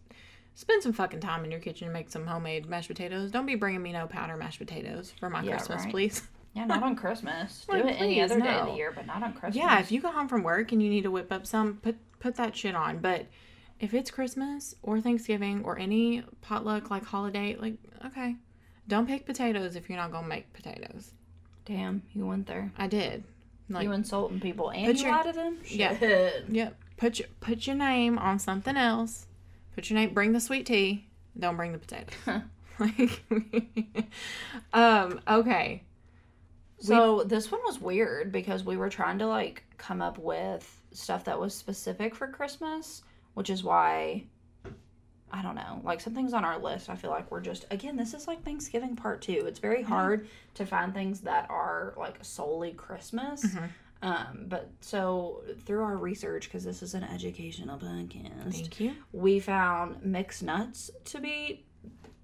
Speaker 2: Spend some fucking time in your kitchen and make some homemade mashed potatoes. Don't be bringing me no powder mashed potatoes for my
Speaker 3: Yeah,
Speaker 2: Christmas,
Speaker 3: right.
Speaker 2: please.
Speaker 3: Yeah, not on Christmas. Do
Speaker 2: Like,
Speaker 3: it any
Speaker 2: please,
Speaker 3: other day of the
Speaker 2: no.
Speaker 3: year, but not on Christmas.
Speaker 2: Yeah, if you go home from work and you need to whip up some, put put that shit on. But if it's Christmas or Thanksgiving or any potluck like holiday, like okay, don't pick potatoes if you're not gonna make potatoes.
Speaker 3: Damn, you went there.
Speaker 2: I did. Like
Speaker 3: you insulting people and
Speaker 2: put
Speaker 3: you
Speaker 2: your-
Speaker 3: lie to them.
Speaker 2: Yeah.
Speaker 3: Shit.
Speaker 2: yep, put your put your name on something else. Put your name. Bring the sweet tea. Don't bring the potatoes. like, um. Okay.
Speaker 3: So this one was weird because we were trying to like come up with stuff that was specific for Christmas, which is why I don't know. Like some things on our list, I feel like we're just again, this is like Thanksgiving part 2. It's
Speaker 2: Mm-hmm.
Speaker 3: very hard to find things that are like solely Christmas.
Speaker 2: Mm-hmm.
Speaker 3: Um, but so through our research, because this is an educational podcast,
Speaker 2: Thank you.
Speaker 3: we found mixed nuts to be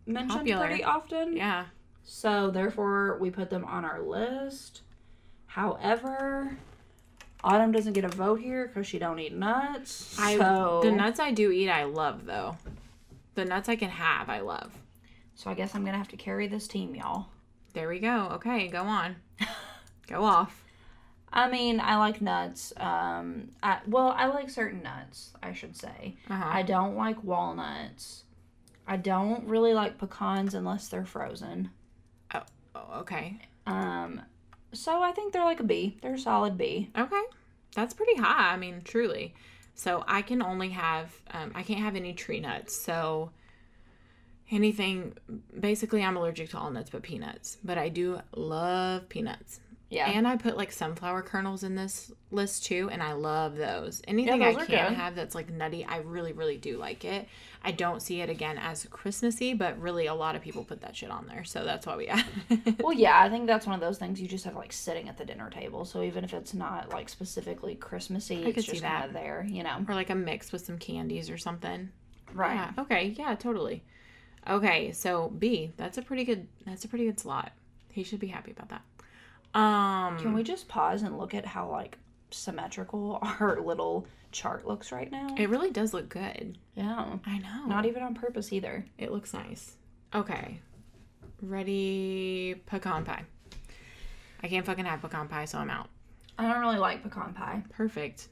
Speaker 3: mentioned
Speaker 2: Popular.
Speaker 3: pretty often.
Speaker 2: Yeah.
Speaker 3: So therefore, we put them on our list. However, Autumn doesn't get a vote here because she don't eat nuts.
Speaker 2: I
Speaker 3: so,
Speaker 2: the nuts I do eat I love though. The nuts I can have I love.
Speaker 3: so I guess I'm gonna have to carry this team, y'all.
Speaker 2: There we go. Okay, go on. go off.
Speaker 3: I mean, I like nuts. Um, I, well, I like certain nuts, I should say.
Speaker 2: Uh-huh.
Speaker 3: I don't like walnuts. I don't really like pecans unless they're frozen.
Speaker 2: Oh, okay.
Speaker 3: Um, so I think they're like a B. They're a solid B.
Speaker 2: Okay. That's pretty high. I mean, truly. So I can only have um, I can't have any tree nuts. So anything basically I'm allergic to all nuts but peanuts. But I do love peanuts.
Speaker 3: Yeah.
Speaker 2: And I put like sunflower kernels in this list too, and I love those. Anything
Speaker 3: those
Speaker 2: I
Speaker 3: are
Speaker 2: can't
Speaker 3: good.
Speaker 2: have that's like nutty, I really, really do like it. I don't see it again as Christmassy, but really a lot of people put that shit on there, so that's why we added. it.
Speaker 3: Well, yeah, I think that's one of those things you just have like sitting at the dinner table. So even if it's not like specifically Christmassy,
Speaker 2: could
Speaker 3: it's
Speaker 2: see
Speaker 3: just
Speaker 2: that.
Speaker 3: kind of there, you know.
Speaker 2: or like a mix with some candies or something.
Speaker 3: Right.
Speaker 2: Yeah. Okay. Yeah. Totally. Okay. So B, that's a pretty good. That's a pretty good slot. He should be happy about that. Um.
Speaker 3: Can we just pause and look at how like symmetrical our little chart looks right now?
Speaker 2: It really does look good.
Speaker 3: yeah.
Speaker 2: I know.
Speaker 3: Not even on purpose either.
Speaker 2: It looks nice. Okay. Ready pecan pie. I can't fucking have pecan pie, so I'm out.
Speaker 3: I don't really like pecan pie.
Speaker 2: Perfect.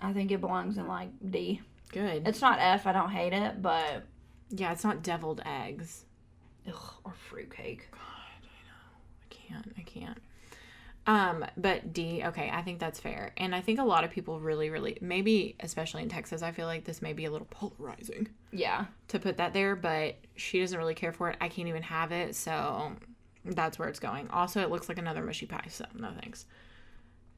Speaker 3: I think it belongs in like D.
Speaker 2: Good.
Speaker 3: It's not F. I don't hate it, but
Speaker 2: yeah, it's not deviled eggs.
Speaker 3: ugh, or fruitcake.
Speaker 2: I can't. I can't. Um, but D, okay, I think that's fair. And I think a lot of people really, really maybe especially in Texas, I feel like this may be a little polarizing
Speaker 3: Yeah.
Speaker 2: to put that there, but she doesn't really care for it. I can't even have it, so that's where it's going. Also, it looks like another mushy pie, so no thanks.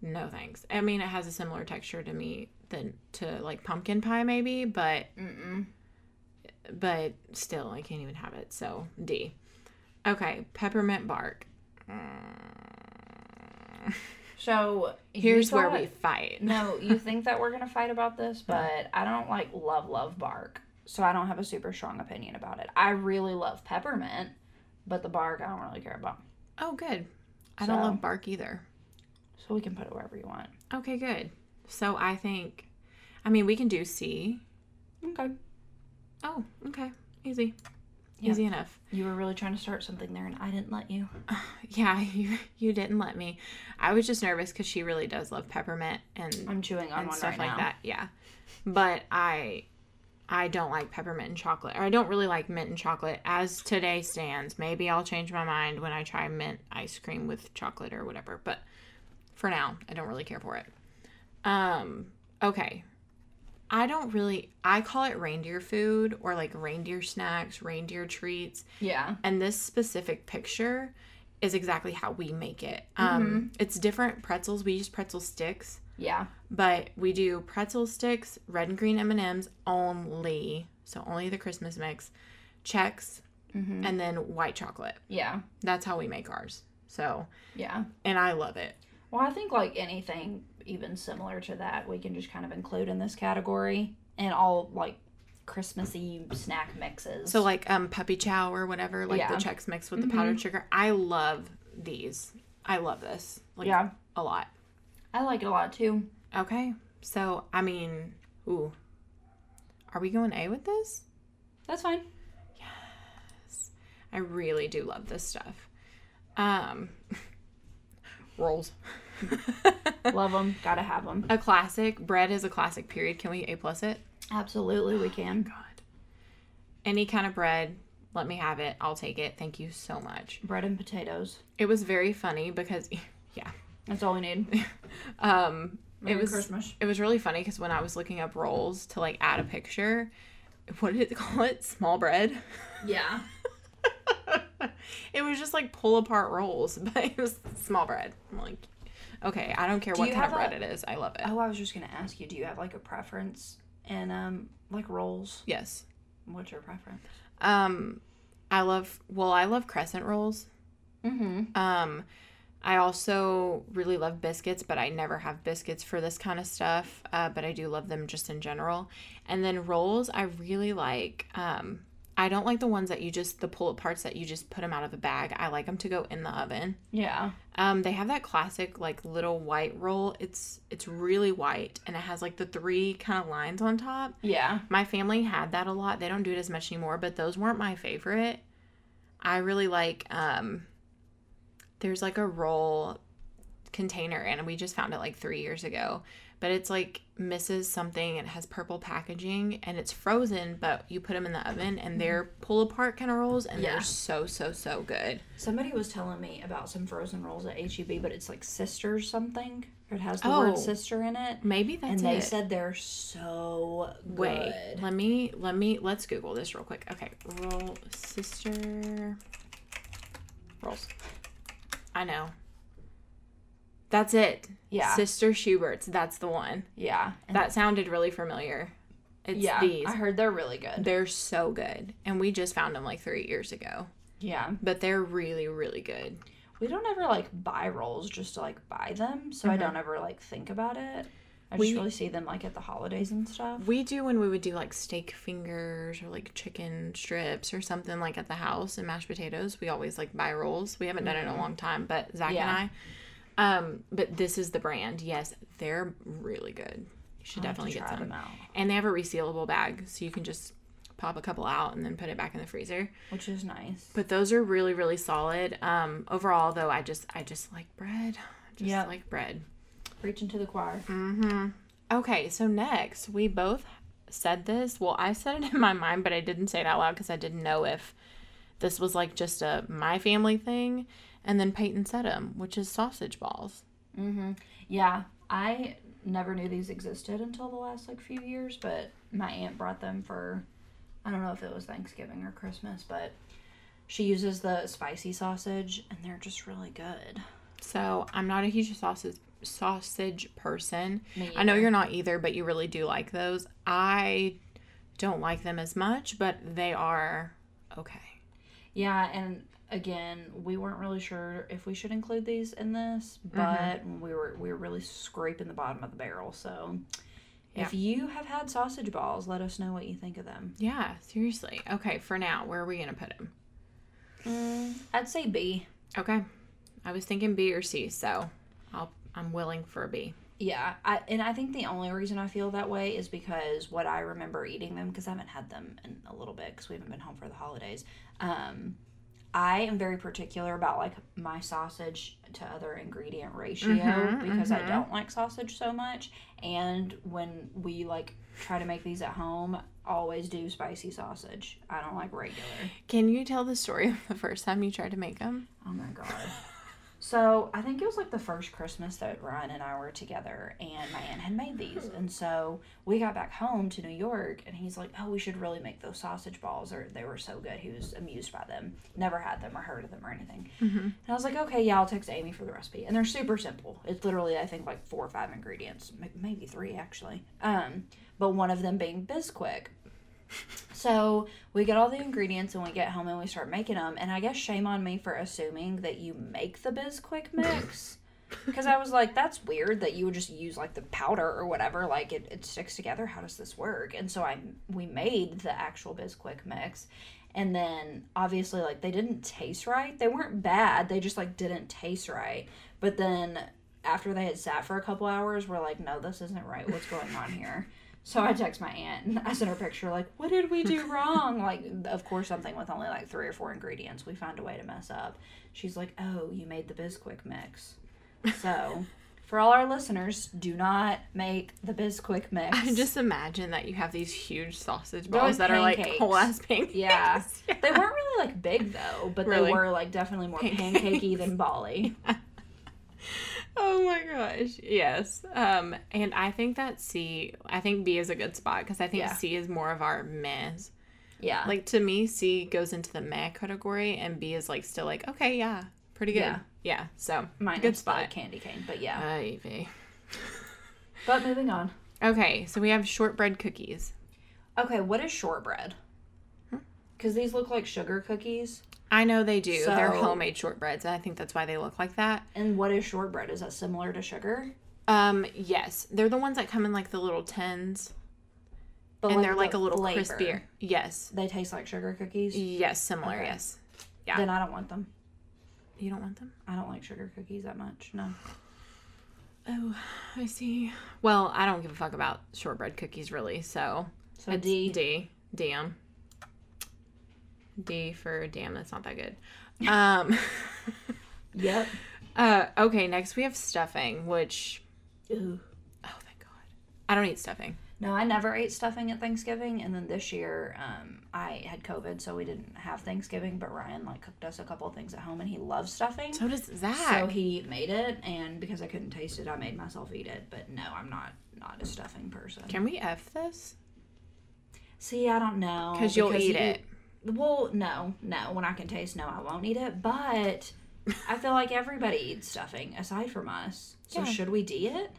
Speaker 2: No thanks. I mean, it has a similar texture to me than to like pumpkin pie, maybe, but
Speaker 3: Mm-mm.
Speaker 2: but still, I can't even have it. So D. Okay, peppermint bark.
Speaker 3: So you
Speaker 2: Here's where
Speaker 3: thought-
Speaker 2: we fight.
Speaker 3: No, you think that we're gonna fight about this, but I don't like love love bark, so I don't have a super strong opinion about it. I really love peppermint, but the bark I don't really care about.
Speaker 2: Oh, good. I don't
Speaker 3: So-
Speaker 2: love bark either.
Speaker 3: So we can put it wherever you want.
Speaker 2: Okay, good. So I think, I mean, we can do C.
Speaker 3: Okay.
Speaker 2: Oh, okay, easy,
Speaker 3: Yeah.
Speaker 2: easy enough.
Speaker 3: You were really trying to start something there, and I didn't let you.
Speaker 2: Yeah, you you didn't let me. I was just nervous because she really does love peppermint and
Speaker 3: I'm chewing on
Speaker 2: and
Speaker 3: one
Speaker 2: stuff
Speaker 3: right
Speaker 2: like
Speaker 3: now.
Speaker 2: that. Yeah, but I I don't like peppermint and chocolate, or I don't really like mint and chocolate as today stands. Maybe I'll change my mind when I try mint ice cream with chocolate or whatever. But for now, I don't really care for it. Um. Okay. I don't really. I call it reindeer food or like reindeer snacks, reindeer treats.
Speaker 3: Yeah.
Speaker 2: And this specific picture is exactly how we make it.
Speaker 3: Mm-hmm.
Speaker 2: Um, It's different pretzels. We use pretzel sticks,
Speaker 3: Yeah.
Speaker 2: but we do pretzel sticks, red and green M and M's only. So only the Christmas mix, Chex,
Speaker 3: Mhm.
Speaker 2: and then white chocolate.
Speaker 3: Yeah.
Speaker 2: That's how we make ours. So
Speaker 3: Yeah.
Speaker 2: and I love it.
Speaker 3: Well, I think like anything even similar to that, we can just kind of include in this category and all like Christmassy snack mixes.
Speaker 2: So like um puppy chow or whatever, like
Speaker 3: Yeah. Mm-hmm.
Speaker 2: the Chex mix with the powdered sugar. I love these. I love this. Like
Speaker 3: Yeah.
Speaker 2: a lot.
Speaker 3: I like it a lot too.
Speaker 2: Okay. So I mean, ooh. Are we going A with this?
Speaker 3: That's fine.
Speaker 2: I really do love this stuff. Um, rolls.
Speaker 3: Love them. Gotta have them.
Speaker 2: a classic. Bread is a classic. Period. Can we a plus it?
Speaker 3: Absolutely, we can.
Speaker 2: God. Any kind of bread. Let me have it. I'll take it. Thank you so much.
Speaker 3: Bread and potatoes.
Speaker 2: It was very funny because, yeah.
Speaker 3: That's all we need.
Speaker 2: Um,
Speaker 3: Merry
Speaker 2: it was
Speaker 3: Christmas.
Speaker 2: it was really funny because when I was looking up rolls to like add a picture, what did it call it? Small bread.
Speaker 3: Yeah.
Speaker 2: it was just like pull apart rolls, but it was small bread. I'm like, okay, I don't care
Speaker 3: Do
Speaker 2: what
Speaker 3: you
Speaker 2: kind of
Speaker 3: have
Speaker 2: bread it is. I love it.
Speaker 3: Oh, I was just gonna ask you. Do you have like a preference in um like rolls?
Speaker 2: Yes.
Speaker 3: What's your preference?
Speaker 2: Um, I love well, I love crescent rolls.
Speaker 3: Mm-hmm.
Speaker 2: Um, I also really love biscuits, but I never have biscuits for this kind of stuff. Uh, but I do love them just in general. And then rolls, I really like. Um, I don't like the ones that you just the pull aparts that you just put them out of the bag. I like them to go in the oven.
Speaker 3: Yeah.
Speaker 2: Um, they have that classic like little white roll. It's it's really white and it has like the three kind of lines on top.
Speaker 3: Yeah.
Speaker 2: My family had that a lot. They don't do it as much anymore, but those weren't my favorite. I really like um there's like a roll container and we just found it like 3 years ago, but it's like Mrs. something and it has purple packaging and it's frozen, but you put them in the oven and they're pull apart kind of rolls and
Speaker 3: Mm-hmm. Yeah.
Speaker 2: they're so so so good.
Speaker 3: Somebody was telling me about some frozen rolls at HEB, but it's like sister something. It has the
Speaker 2: Oh.
Speaker 3: word sister in it,
Speaker 2: Maybe
Speaker 3: and
Speaker 2: that's
Speaker 3: they
Speaker 2: it.
Speaker 3: said they're so good.
Speaker 2: Wait, let me let me let's Google this real quick. Okay, roll sister rolls. I know. That's it.
Speaker 3: Yeah.
Speaker 2: Sister Schubert's. That's the one.
Speaker 3: Yeah. And
Speaker 2: That sounded really familiar. It's
Speaker 3: yeah.
Speaker 2: these.
Speaker 3: I heard they're really good.
Speaker 2: They're so good, and we just found them like three years ago.
Speaker 3: Yeah.
Speaker 2: But they're really really good.
Speaker 3: We don't ever like buy rolls just to like buy them, so I don't ever like think about it. I
Speaker 2: Mm-hmm. We-
Speaker 3: just really see them like at the holidays and stuff.
Speaker 2: We do when we would do like steak fingers or like chicken strips or something like at the house and mashed potatoes. We always like buy rolls. We haven't done it in a long time, but Zach
Speaker 3: Mm-hmm. Yeah.
Speaker 2: and I. Um, but this is the brand. Yes, they're really good. You should
Speaker 3: I'll have to
Speaker 2: definitely get
Speaker 3: try
Speaker 2: some.
Speaker 3: them out,
Speaker 2: And they have a resealable bag, so you can just pop a couple out and then put it back in the freezer.
Speaker 3: which is nice.
Speaker 2: But those are really, really solid. Um, overall though, I just I just like bread. I Just
Speaker 3: Yep.
Speaker 2: like bread.
Speaker 3: Preaching to the choir.
Speaker 2: Mm-hmm. Okay, so next we both said this. Well, I said it in my mind, but I didn't say it out loud because I didn't know if this was like just a my family thing. And then Peyton said 'em, which is sausage balls.
Speaker 3: Yeah, I never knew these existed until the last like few years, but my aunt brought them for I don't know if it was Thanksgiving or Christmas, but she uses the spicy sausage and they're just really good.
Speaker 2: So I'm not a huge sausage sausage person.
Speaker 3: Me
Speaker 2: I know
Speaker 3: either.
Speaker 2: you're not either, but you really do like those. I don't like them as much, but they are okay.
Speaker 3: Yeah, and again, we weren't really sure if we should include these in this, but we were we were really scraping the bottom of the barrel, so if you have had sausage balls, let us know what you think of them.
Speaker 2: Yeah, seriously. Okay, for now, where are we gonna put them?
Speaker 3: I'd say B.
Speaker 2: Okay, I was thinking B or C, so I'll I'm willing for a B.
Speaker 3: Yeah, I, and I think the only reason I feel that way is because what I remember eating them, because I haven't had them in a little bit, because we haven't been home for the holidays. Um, I am very particular about like my sausage to other ingredient ratio because I don't like sausage so much. And when we like try to make these at home, always do spicy sausage. I don't like regular.
Speaker 2: Can you tell the story of the first time you tried to make them?
Speaker 3: Oh my god. So I think it was like the first Christmas that Ryan and I were together, and my aunt had made these, and so we got back home to New York, and he's like, "Oh, we should really make those sausage balls, or they were so good." He was amused by them, never had them or heard of them or anything. And I was like, "Okay, yeah, I'll text Amy for the recipe." And they're super simple. It's literally I think like four or five ingredients, may- maybe three actually. Um, but one of them being Bisquick. So we get all the ingredients and we get home and we start making them. And I guess shame on me for assuming that you make the Bisquick mix. Because I was like, that's weird that you would just use like the powder or whatever. Like it, it sticks together. How does this work? And so I we made the actual Bisquick mix. And then obviously, like they didn't taste right. They weren't bad. They just like didn't taste right. But then after they had sat for a couple hours, we're like, no, this isn't right. What's going on here? So I text my aunt and I sent her a picture like, what did we do wrong? like, of course, something with only like three or four ingredients. We find a way to mess up. She's like, oh, you made the Bisquick mix. So for all our listeners, do not make the Bisquick mix.
Speaker 2: I just imagine that you have these huge sausage
Speaker 3: They're
Speaker 2: balls
Speaker 3: like
Speaker 2: that are like
Speaker 3: pancakes.
Speaker 2: whole ass pancakes.
Speaker 3: Yeah. They weren't really like big though, but
Speaker 2: Really?
Speaker 3: they were like definitely more pancakey than Bali.
Speaker 2: Oh my gosh. Yes. Um, and I think that C, I think B is a good spot because I think
Speaker 3: Yeah.
Speaker 2: C is more of our mess.
Speaker 3: Yeah.
Speaker 2: Like to me, C goes into the meh category, and B is like still like okay, yeah, pretty good. Yeah.
Speaker 3: Yeah.
Speaker 2: so
Speaker 3: minus
Speaker 2: good
Speaker 3: the
Speaker 2: spot.
Speaker 3: candy cane, but yeah.
Speaker 2: Ay, vey.
Speaker 3: But moving on.
Speaker 2: Okay, so we have shortbread cookies.
Speaker 3: Okay, what is shortbread?
Speaker 2: Hmm?
Speaker 3: Because these look like sugar cookies.
Speaker 2: I know they do. They're
Speaker 3: So-
Speaker 2: homemade shortbreads, and I think that's why they look like that.
Speaker 3: And what is shortbread? Is that similar to sugar?
Speaker 2: Um, yes, they're the ones that come in like the little tins,
Speaker 3: But
Speaker 2: and they're like
Speaker 3: the
Speaker 2: a little
Speaker 3: flavor,
Speaker 2: crispier. Yes,
Speaker 3: They taste like sugar cookies.
Speaker 2: yes, similar.
Speaker 3: Okay.
Speaker 2: Yes, yeah.
Speaker 3: Then I don't want them.
Speaker 2: you don't want them.
Speaker 3: I don't like sugar cookies that much. No.
Speaker 2: Oh, I see. Well, I don't give a fuck about shortbread cookies really. So
Speaker 3: So
Speaker 2: It's
Speaker 3: D.
Speaker 2: D. Damn. D for damn, that's not that good. Um
Speaker 3: Yep.
Speaker 2: uh okay, next we have stuffing, which
Speaker 3: Ooh.
Speaker 2: oh thank god. I don't eat stuffing.
Speaker 3: No, I never ate stuffing at Thanksgiving, and then this year um, I had COVID, so we didn't have Thanksgiving. But Ryan like cooked us a couple of things at home, and he loves stuffing.
Speaker 2: So does Zach.
Speaker 3: So he made it, and because I couldn't taste it, I made myself eat it. But no, I'm not not a stuffing person.
Speaker 2: Can we F this?
Speaker 3: See, I don't know
Speaker 2: Cause you'll eat
Speaker 3: you-
Speaker 2: it.
Speaker 3: Well, no, no. When I can taste, no, I won't eat it. But I feel like everybody eats stuffing aside from us. So
Speaker 2: Yeah.
Speaker 3: should we d it?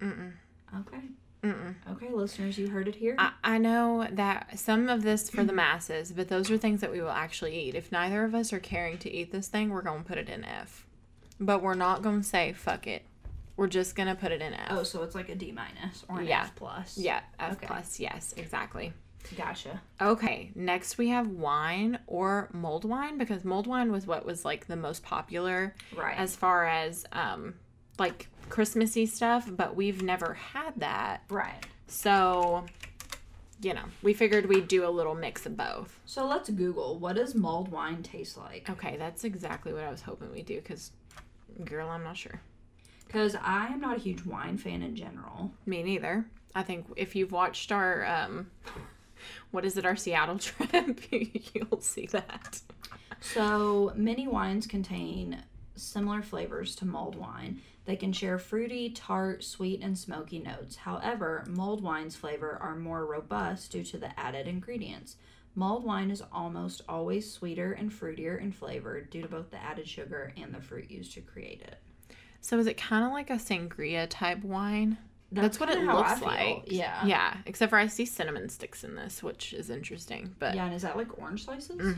Speaker 2: Mm-mm.
Speaker 3: Okay,
Speaker 2: Mm-mm.
Speaker 3: okay, listeners, you heard it here.
Speaker 2: I, I know that some of this for the masses, but those are things that we will actually eat. If neither of us are caring to eat this thing, we're gonna put it in F. But we're not gonna say fuck it. We're just gonna put it in F.
Speaker 3: oh, so it's like a D minus or an
Speaker 2: Yeah.
Speaker 3: F plus.
Speaker 2: Yeah, F
Speaker 3: Okay.
Speaker 2: plus, yes, exactly.
Speaker 3: gotcha.
Speaker 2: Okay, next we have wine or mold wine because mold wine was what was like the most popular
Speaker 3: Right.
Speaker 2: as far as um like Christmassy stuff, but we've never had that.
Speaker 3: right.
Speaker 2: So, you know, we figured we'd do a little mix of both.
Speaker 3: So let's Google what does mulled wine taste like.
Speaker 2: Okay, that's exactly what I was hoping we'd do cuz girl, I'm not sure.
Speaker 3: Because I am not a huge wine fan in general.
Speaker 2: Me neither. I think if you've watched our um what is it our Seattle trip, you'll see that.
Speaker 3: So many wines contain similar flavors to mulled wine. They can share fruity, tart, sweet, and smoky notes. However, mulled wine's flavor are more robust due to the added ingredients. Mulled wine is almost always sweeter and fruitier in flavor due to both the added sugar and the fruit used to create it.
Speaker 2: So is it kind of like a sangria type wine? That's, what it
Speaker 3: kinda how I
Speaker 2: looks
Speaker 3: feel.
Speaker 2: like.
Speaker 3: Yeah.
Speaker 2: Yeah. Except for I see cinnamon sticks in this, which is interesting, but mm-hmm,
Speaker 3: Yeah, Mm-hmm. and is that like orange slices?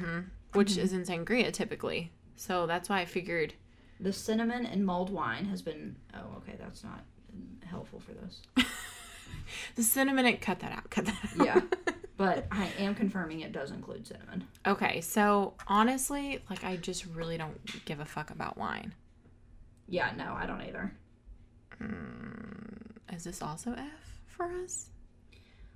Speaker 2: which is in sangria typically. So that's why I figured.
Speaker 3: The cinnamon in mulled wine has been. Oh, okay, that's not helpful for this.
Speaker 2: The cinnamon, it, cut that out. Cut that out.
Speaker 3: Yeah, but I am confirming it does include cinnamon.
Speaker 2: Okay. So honestly, like I just really don't give a fuck about wine.
Speaker 3: Yeah, no, I don't either.
Speaker 2: Mm, Is this also F for us?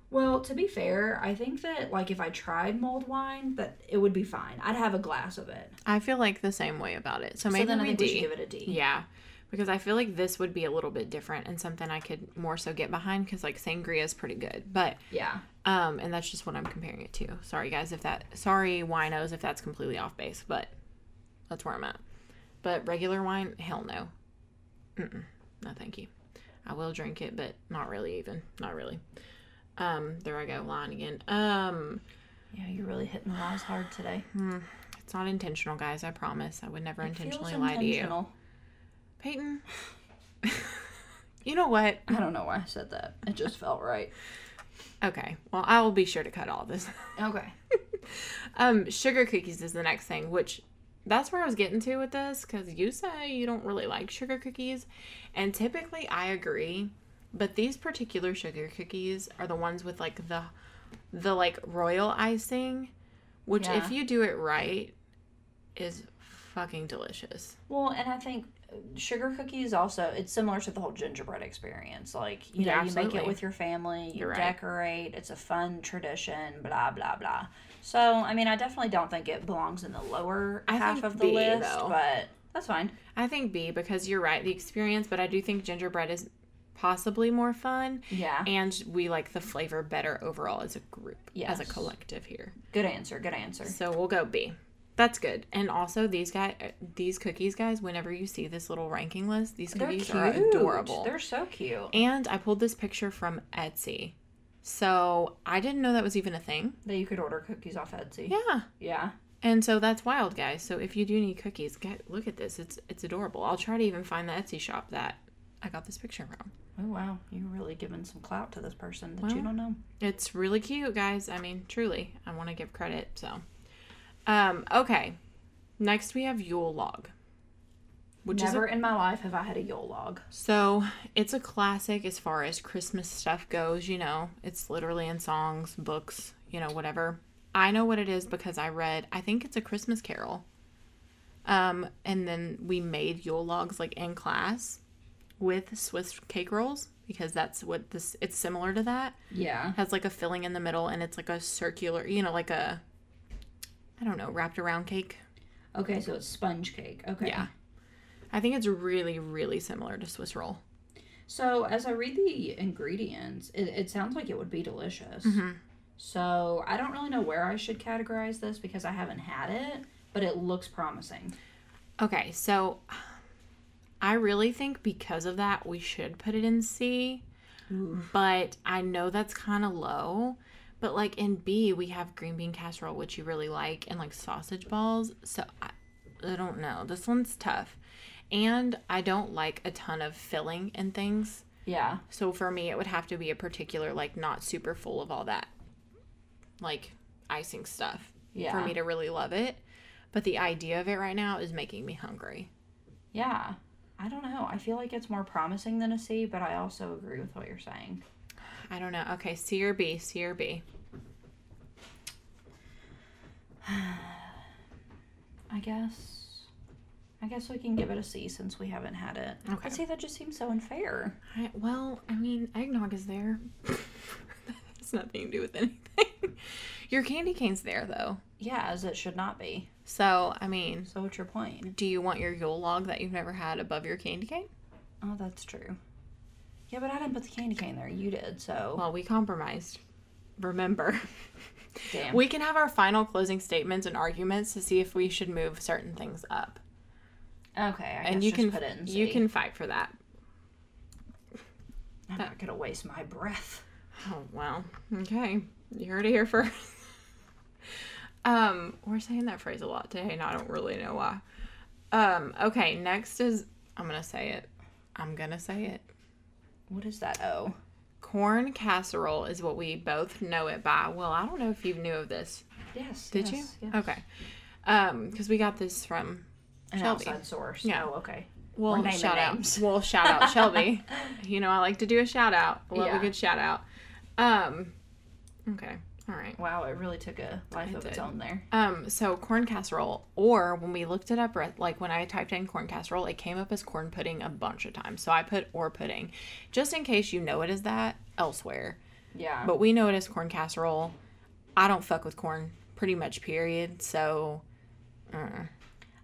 Speaker 3: Well, to be fair, I think that like if I tried mulled wine, that it would be fine. I'd have a glass of it.
Speaker 2: I feel like the same way about it. So maybe
Speaker 3: so then
Speaker 2: we
Speaker 3: I think
Speaker 2: D.
Speaker 3: we should give it E. a D.
Speaker 2: Yeah, because I feel like this would be a little bit different and something I could more so get behind because like sangria is pretty good, but
Speaker 3: Yeah.
Speaker 2: um, and that's just what I'm comparing it to. Sorry guys, if that sorry winos if that's completely off base, but that's where I'm at. But regular wine, hell no, Mm-mm, no thank you. I will drink it, but not really even, not really. Um, there I go lying again. Um,
Speaker 3: Yeah, you're really hitting the lies hard today.
Speaker 2: it's not intentional, guys. I promise. I would never
Speaker 3: It feels
Speaker 2: intentionally lie to you,
Speaker 3: intentional.
Speaker 2: Peyton. you know what?
Speaker 3: I don't know why I said that. It just felt right.
Speaker 2: Okay. Well, I will be sure to cut all this.
Speaker 3: Okay.
Speaker 2: Um, sugar cookies is the next thing, which that's where I was getting to with this because you say you don't really like sugar cookies, and typically I agree, but these particular sugar cookies are the ones with like the the like royal icing, which
Speaker 3: Yeah.
Speaker 2: if you do it right, is fucking delicious.
Speaker 3: Well, and I think uh, sugar cookies also it's similar to the whole gingerbread experience. Like you
Speaker 2: Yeah,
Speaker 3: know, you make
Speaker 2: absolutely.
Speaker 3: it with your family, you
Speaker 2: You're right.
Speaker 3: decorate. It's a fun tradition. Blah blah blah. So I mean, I definitely don't think it belongs in the lower
Speaker 2: I
Speaker 3: half
Speaker 2: think
Speaker 3: of the
Speaker 2: B,
Speaker 3: list,
Speaker 2: though.
Speaker 3: but that's fine.
Speaker 2: I think B because you're right, the experience, but I do think gingerbread is possibly more fun
Speaker 3: Yeah,
Speaker 2: and we like the flavor better overall as a group, as a
Speaker 3: Yes.
Speaker 2: collective here.
Speaker 3: good answer. Good answer.
Speaker 2: So we'll go B. That's good. And also these guy these cookies guys, whenever you see this little ranking list, these
Speaker 3: They're
Speaker 2: cookies
Speaker 3: cute.
Speaker 2: are adorable.
Speaker 3: They're so cute.
Speaker 2: and I pulled this picture from Etsy. So I didn't know that was even a thing.
Speaker 3: That you could order cookies off Etsy.
Speaker 2: Yeah.
Speaker 3: Yeah.
Speaker 2: And so that's wild, guys. So if you do need cookies, get, look at this. It's it's adorable. I'll try to even find the Etsy shop that I got this picture from.
Speaker 3: Oh wow, you're really giving some clout to this person that you
Speaker 2: Well,
Speaker 3: don't know.
Speaker 2: It's really cute, guys. I mean, truly, I want to give credit. So, um, okay. Next we have Yule log, which is a
Speaker 3: Never in my life have I had a Yule log.
Speaker 2: So it's a classic as far as Christmas stuff goes, you know. It's literally in songs, books, you know, whatever. I know what it is because I read, I think it's a Christmas carol. Um, and then we made Yule logs like in class with Swiss cake rolls because that's what this it's similar to that.
Speaker 3: Yeah.
Speaker 2: Has like a filling in the middle and it's like a circular, you know, like a I don't know, wrapped around cake.
Speaker 3: Okay, so it's sponge cake. Okay.
Speaker 2: Yeah. I think it's really, really similar to Swiss roll.
Speaker 3: So as I read the ingredients, it, it sounds like it would be delicious.
Speaker 2: Mm-hmm.
Speaker 3: So I don't really know where I should categorize this because I haven't had it, but it looks promising.
Speaker 2: Okay, so I really think because of that we should put it in C, but I know that's kind of low. But like in B, we have green bean casserole, which you really like, and like sausage balls. So I, I don't know. This one's tough. And I don't like a ton of filling and things.
Speaker 3: Yeah.
Speaker 2: So for me, it would have to be a particular, like, not super full of all that, like, icing stuff
Speaker 3: Yeah.
Speaker 2: for me to really love it. But the idea of it right now is making me hungry.
Speaker 3: Yeah. I don't know. I feel like it's more promising than a C, but I also agree with what you're saying.
Speaker 2: I don't know. Okay, C or B, C or B.
Speaker 3: I guess. I guess we can give it a C since we haven't had it.
Speaker 2: Okay.
Speaker 3: But see, that just seems so unfair.
Speaker 2: I, well, I mean, eggnog is there. it's nothing to do with anything. Your candy cane's there though.
Speaker 3: Yeah, as it should not be.
Speaker 2: So, I mean,
Speaker 3: So what's your point?
Speaker 2: do you want your Yule log that you've never had above your candy cane?
Speaker 3: Oh, that's true. Yeah, but I didn't put the candy cane there. You did, so
Speaker 2: Well, we compromised. Remember.
Speaker 3: damn.
Speaker 2: We can have our final closing statements and arguments to see if we should move certain things up.
Speaker 3: okay, I
Speaker 2: And
Speaker 3: guess
Speaker 2: you
Speaker 3: just
Speaker 2: can
Speaker 3: put it in C.
Speaker 2: you can fight for that.
Speaker 3: I'm not gonna waste my breath.
Speaker 2: Oh wow. Okay. You heard it here first. um, we're saying that phrase a lot today, and I don't really know why. Um, okay, next is I'm gonna say it. I'm gonna say it.
Speaker 3: What is that? Oh,
Speaker 2: Corn casserole is what we both know it by. Well, I don't know if you knew of this.
Speaker 3: yes.
Speaker 2: Did
Speaker 3: yes,
Speaker 2: you?
Speaker 3: Yes.
Speaker 2: Okay. Um, because we got this from
Speaker 3: An
Speaker 2: Shelby.
Speaker 3: outside source.
Speaker 2: Yeah.
Speaker 3: Oh, okay. We're
Speaker 2: Well,
Speaker 3: naming
Speaker 2: shout
Speaker 3: names.
Speaker 2: out. Well, shout out Shelby. you know, I like to do a shout out. I Love
Speaker 3: Yeah.
Speaker 2: a good shout out. Um, okay, all right.
Speaker 3: Wow, it really took a life of its
Speaker 2: did.
Speaker 3: own there.
Speaker 2: Um, so corn casserole, or when we looked it up, re- like when I typed in corn casserole, it came up as corn pudding a bunch of times. So I put or pudding, just in case you know it as that elsewhere.
Speaker 3: Yeah.
Speaker 2: But we know it as corn casserole. I don't fuck with corn, pretty much. Period. So,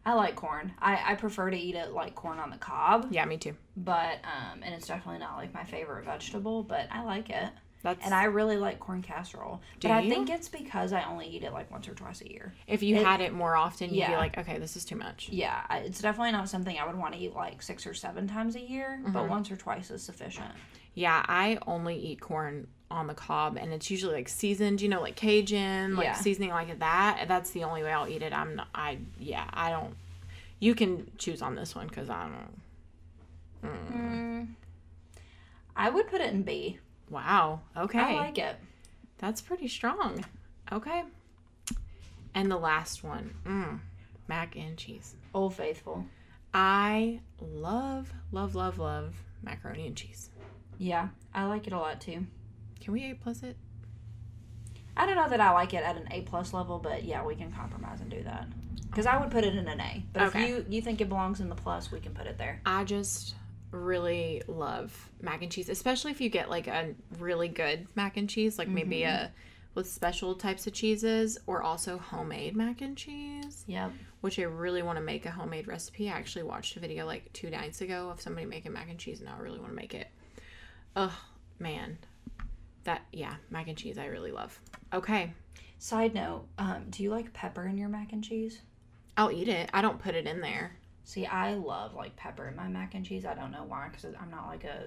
Speaker 3: I like corn. I, I prefer to eat it like corn on the cob,
Speaker 2: yeah, me too.
Speaker 3: but um, and it's definitely not like my favorite vegetable, but I like it.
Speaker 2: That's
Speaker 3: And I really like corn casserole,
Speaker 2: Do
Speaker 3: but I
Speaker 2: you?
Speaker 3: think it's because I only eat it like once or twice a year.
Speaker 2: if you had it more often, you'd be
Speaker 3: Yeah.
Speaker 2: like, okay, this is too much.
Speaker 3: Yeah, I- it's definitely not something I would want to eat like six or seven times a year,
Speaker 2: Mm-hmm.
Speaker 3: but once or twice is sufficient.
Speaker 2: Yeah, I only eat corn on the cob, and it's usually like seasoned, you know, like Cajun, like
Speaker 3: Yeah.
Speaker 2: seasoning like that. That's the only way I'll eat it. I'm not, I, yeah, I don't. You can choose on this one because I don't.
Speaker 3: I would put it in B.
Speaker 2: Wow. Okay.
Speaker 3: I like it.
Speaker 2: That's pretty strong. Okay. And the last one, mm, mac and cheese.
Speaker 3: Old Faithful.
Speaker 2: I love, love, love, love macaroni and cheese.
Speaker 3: Yeah, I like it a lot too.
Speaker 2: Can we A plus it?
Speaker 3: I don't know that I like it at an A plus level, but yeah, we can compromise and do that. Because I would put it in an A. But
Speaker 2: Okay.
Speaker 3: if you you think it belongs in the plus, we can put it there.
Speaker 2: I just really love mac and cheese, especially if you get like a really good mac and cheese, like maybe a with special types of cheeses or also homemade mac and cheese,
Speaker 3: Yep.
Speaker 2: which I really want to make a homemade recipe. I actually watched a video like two nights ago of somebody making mac and cheese and I really want to make it. Oh, man. That yeah, mac and cheese I really love. Okay.
Speaker 3: Side note, um, do you like pepper in your mac and cheese?
Speaker 2: I'll eat it. I don't put it in there.
Speaker 3: See, I love like pepper in my mac and cheese. I don't know why, because I'm not like a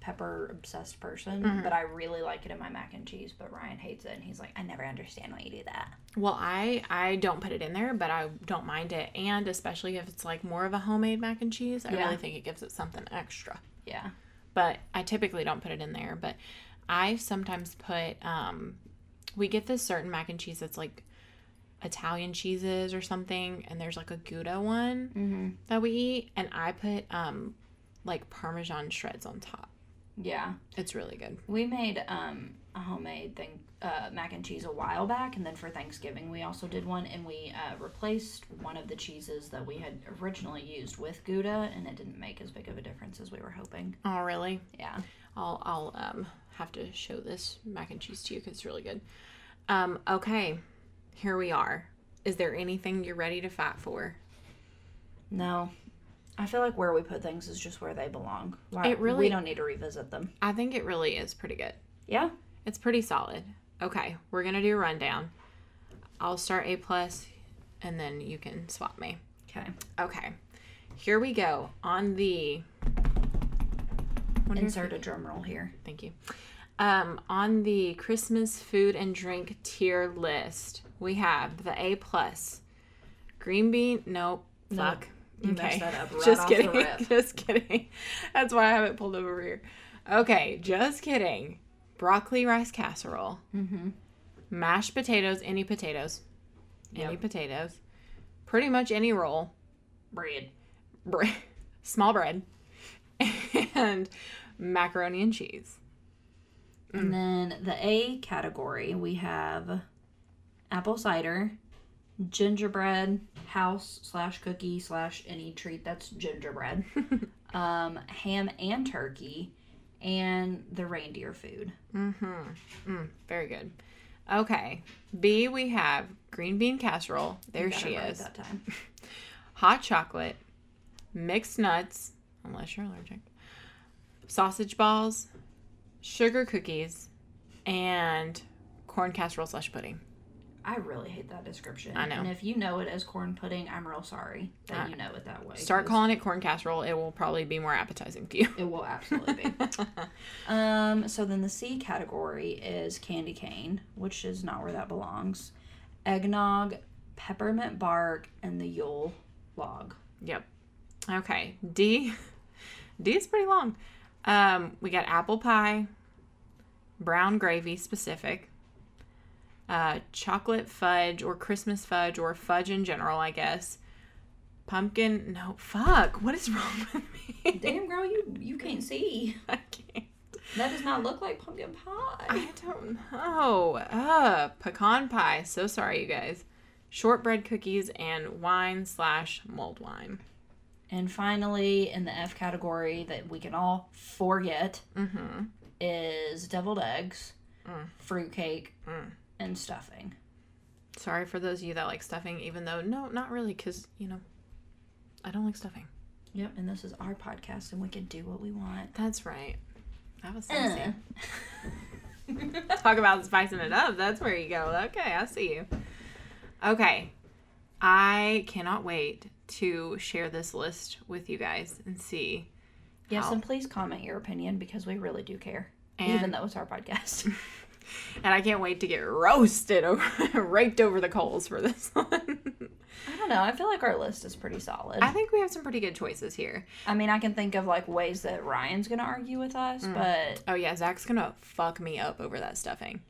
Speaker 3: pepper obsessed person, but I really like it in my mac and cheese. But Ryan hates it, and he's like, I never understand why you do that.
Speaker 2: Well, I I don't put it in there, but I don't mind it, and especially if it's like more of a homemade mac and cheese, I
Speaker 3: Yeah.
Speaker 2: really think it gives it something extra.
Speaker 3: Yeah.
Speaker 2: But I typically don't put it in there, but I sometimes put um we get this certain mac and cheese that's like Italian cheeses or something, and there's like a Gouda one that we eat, and I put um like Parmesan shreds on top.
Speaker 3: Yeah.
Speaker 2: It's really good.
Speaker 3: We made um, a homemade thing, uh, mac and cheese a while back, and then for Thanksgiving we also did one, and we uh, replaced one of the cheeses that we had originally used with Gouda, and it didn't make as big of a difference as we were hoping.
Speaker 2: Oh, really?
Speaker 3: Yeah.
Speaker 2: I'll I'll um have to show this mac and cheese to you because it's really good. Um, okay, here we are. Is there anything you're ready to fight for?
Speaker 3: No. I feel like where we put things is just where they belong. Why,
Speaker 2: It really-
Speaker 3: we don't need to revisit them.
Speaker 2: I think it really is pretty good.
Speaker 3: Yeah.
Speaker 2: It's pretty solid. Okay, we're gonna do a rundown. I'll start A plus, and then you can swap me.
Speaker 3: Okay.
Speaker 2: Okay, here we go on the. Wonder if-
Speaker 3: Insert a drum roll here.
Speaker 2: Thank you. Um, on the Christmas food and drink tier list, we have the A plus, green bean. Nope. Fuck.
Speaker 3: You messed that up right
Speaker 2: just
Speaker 3: off the
Speaker 2: kidding.
Speaker 3: rip.
Speaker 2: Just kidding. That's why I have it pulled up over here. Okay, just kidding. Broccoli rice casserole. Mm-hmm. Mashed potatoes. Any potatoes. Any
Speaker 3: Yep.
Speaker 2: potatoes. Pretty much any roll
Speaker 3: Bread.
Speaker 2: bread, small bread, and macaroni and cheese. Mm.
Speaker 3: And then the A category, we have apple cider, gingerbread, house slash cookie slash any treat that's gingerbread, um, ham and turkey, and the reindeer food.
Speaker 2: Very good. Okay. B, we have green bean casserole. There
Speaker 3: Got it
Speaker 2: she
Speaker 3: right
Speaker 2: is.
Speaker 3: That time.
Speaker 2: Hot chocolate, mixed nuts, unless you're allergic, sausage balls, sugar cookies, and corn casserole slash pudding.
Speaker 3: I really hate that description.
Speaker 2: I know.
Speaker 3: And if you know it as corn pudding, I'm real sorry that
Speaker 2: I-
Speaker 3: you know it that way.
Speaker 2: Start
Speaker 3: 'cause
Speaker 2: calling it corn casserole. It will probably be more appetizing to you.
Speaker 3: It will absolutely be. um, so then the C category is candy cane, which is not where that belongs. Eggnog, peppermint bark, and the Yule log.
Speaker 2: Yep. Okay. D. D is pretty long. Um, we got apple pie, brown gravy specific, uh, chocolate fudge or Christmas fudge or fudge in general, I guess. Pumpkin. No, fuck. What is wrong with me?
Speaker 3: Damn girl, you you can't see.
Speaker 2: I can't.
Speaker 3: That does not look like pumpkin pie.
Speaker 2: I don't know. Uh, pecan pie. So sorry, you guys. Shortbread cookies and wine slash mulled wine.
Speaker 3: And finally, in the F category that we can all forget Mm-hmm. is deviled eggs, Mm. fruitcake, and stuffing.
Speaker 2: Sorry for those of you that like stuffing, even though, no, not really, because, you know, I don't like stuffing.
Speaker 3: Yep, and this is our podcast, and we can do what we want.
Speaker 2: That's right. That was sexy.
Speaker 3: Uh.
Speaker 2: Talk about spicing it up. That's where you go. Okay, I see you. Okay. I cannot wait to share this list with you guys and see.
Speaker 3: Yes,
Speaker 2: How-
Speaker 3: and please comment your opinion because we really do care. even
Speaker 2: And-
Speaker 3: though it's our podcast.
Speaker 2: And I can't wait to get roasted over, raked over the coals for this one.
Speaker 3: I don't know. I feel like our list is pretty solid.
Speaker 2: I
Speaker 3: I,
Speaker 2: think we have some pretty good choices here.
Speaker 3: mean, I can think of like ways that Mm. Ryan's going to argue with us, but
Speaker 2: Oh, yeah, Zach's gonna fuck me up over that stuffing.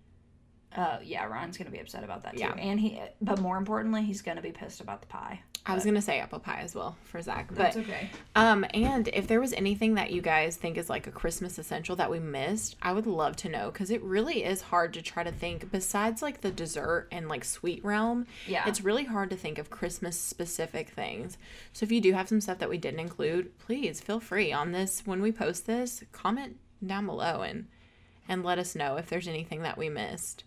Speaker 3: Uh, yeah, Ryan's gonna be upset about that too.
Speaker 2: Yeah.
Speaker 3: And he, but more importantly, he's gonna be pissed about the pie.
Speaker 2: I was gonna say apple pie as well for Zach, but
Speaker 3: okay.
Speaker 2: um, and if there was anything that you guys think is like a Christmas essential that we missed, I would love to know because it really is hard to try to think. Besides like the dessert and like sweet realm,
Speaker 3: Yeah.
Speaker 2: it's really hard to think of Christmas specific things. So if you do have some stuff that we didn't include, please feel free on this when we post this. Comment down below and and let us know if there's anything that we missed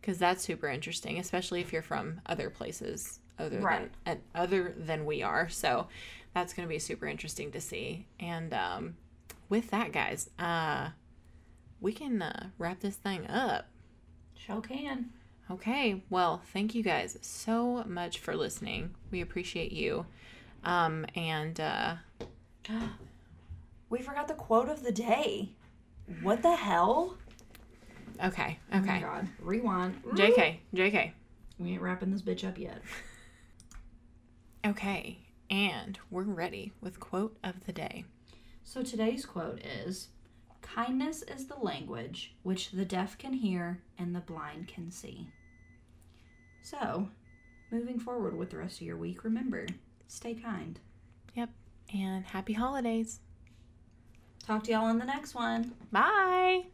Speaker 2: because that's super interesting, especially if you're from other places other
Speaker 3: Right.
Speaker 2: than uh, other than we are. So that's going to be super interesting to see. And um, with that, guys, uh, we can uh, wrap this thing up.
Speaker 3: Show can.
Speaker 2: Okay, well, thank you guys so much for listening. We appreciate you. Um, and uh,
Speaker 3: We forgot the quote of the day. What the hell?
Speaker 2: okay,
Speaker 3: Oh my
Speaker 2: okay.
Speaker 3: God. Rewind.
Speaker 2: JK, JK.
Speaker 3: We ain't wrapping this bitch up yet.
Speaker 2: Okay, and we're ready with quote of the day.
Speaker 3: So today's quote is Kindness is the language which the deaf can hear and the blind can see. So, moving forward with the rest of your week, remember, stay kind.
Speaker 2: Yep, and happy holidays.
Speaker 3: Talk to y'all in the next one.
Speaker 2: Bye.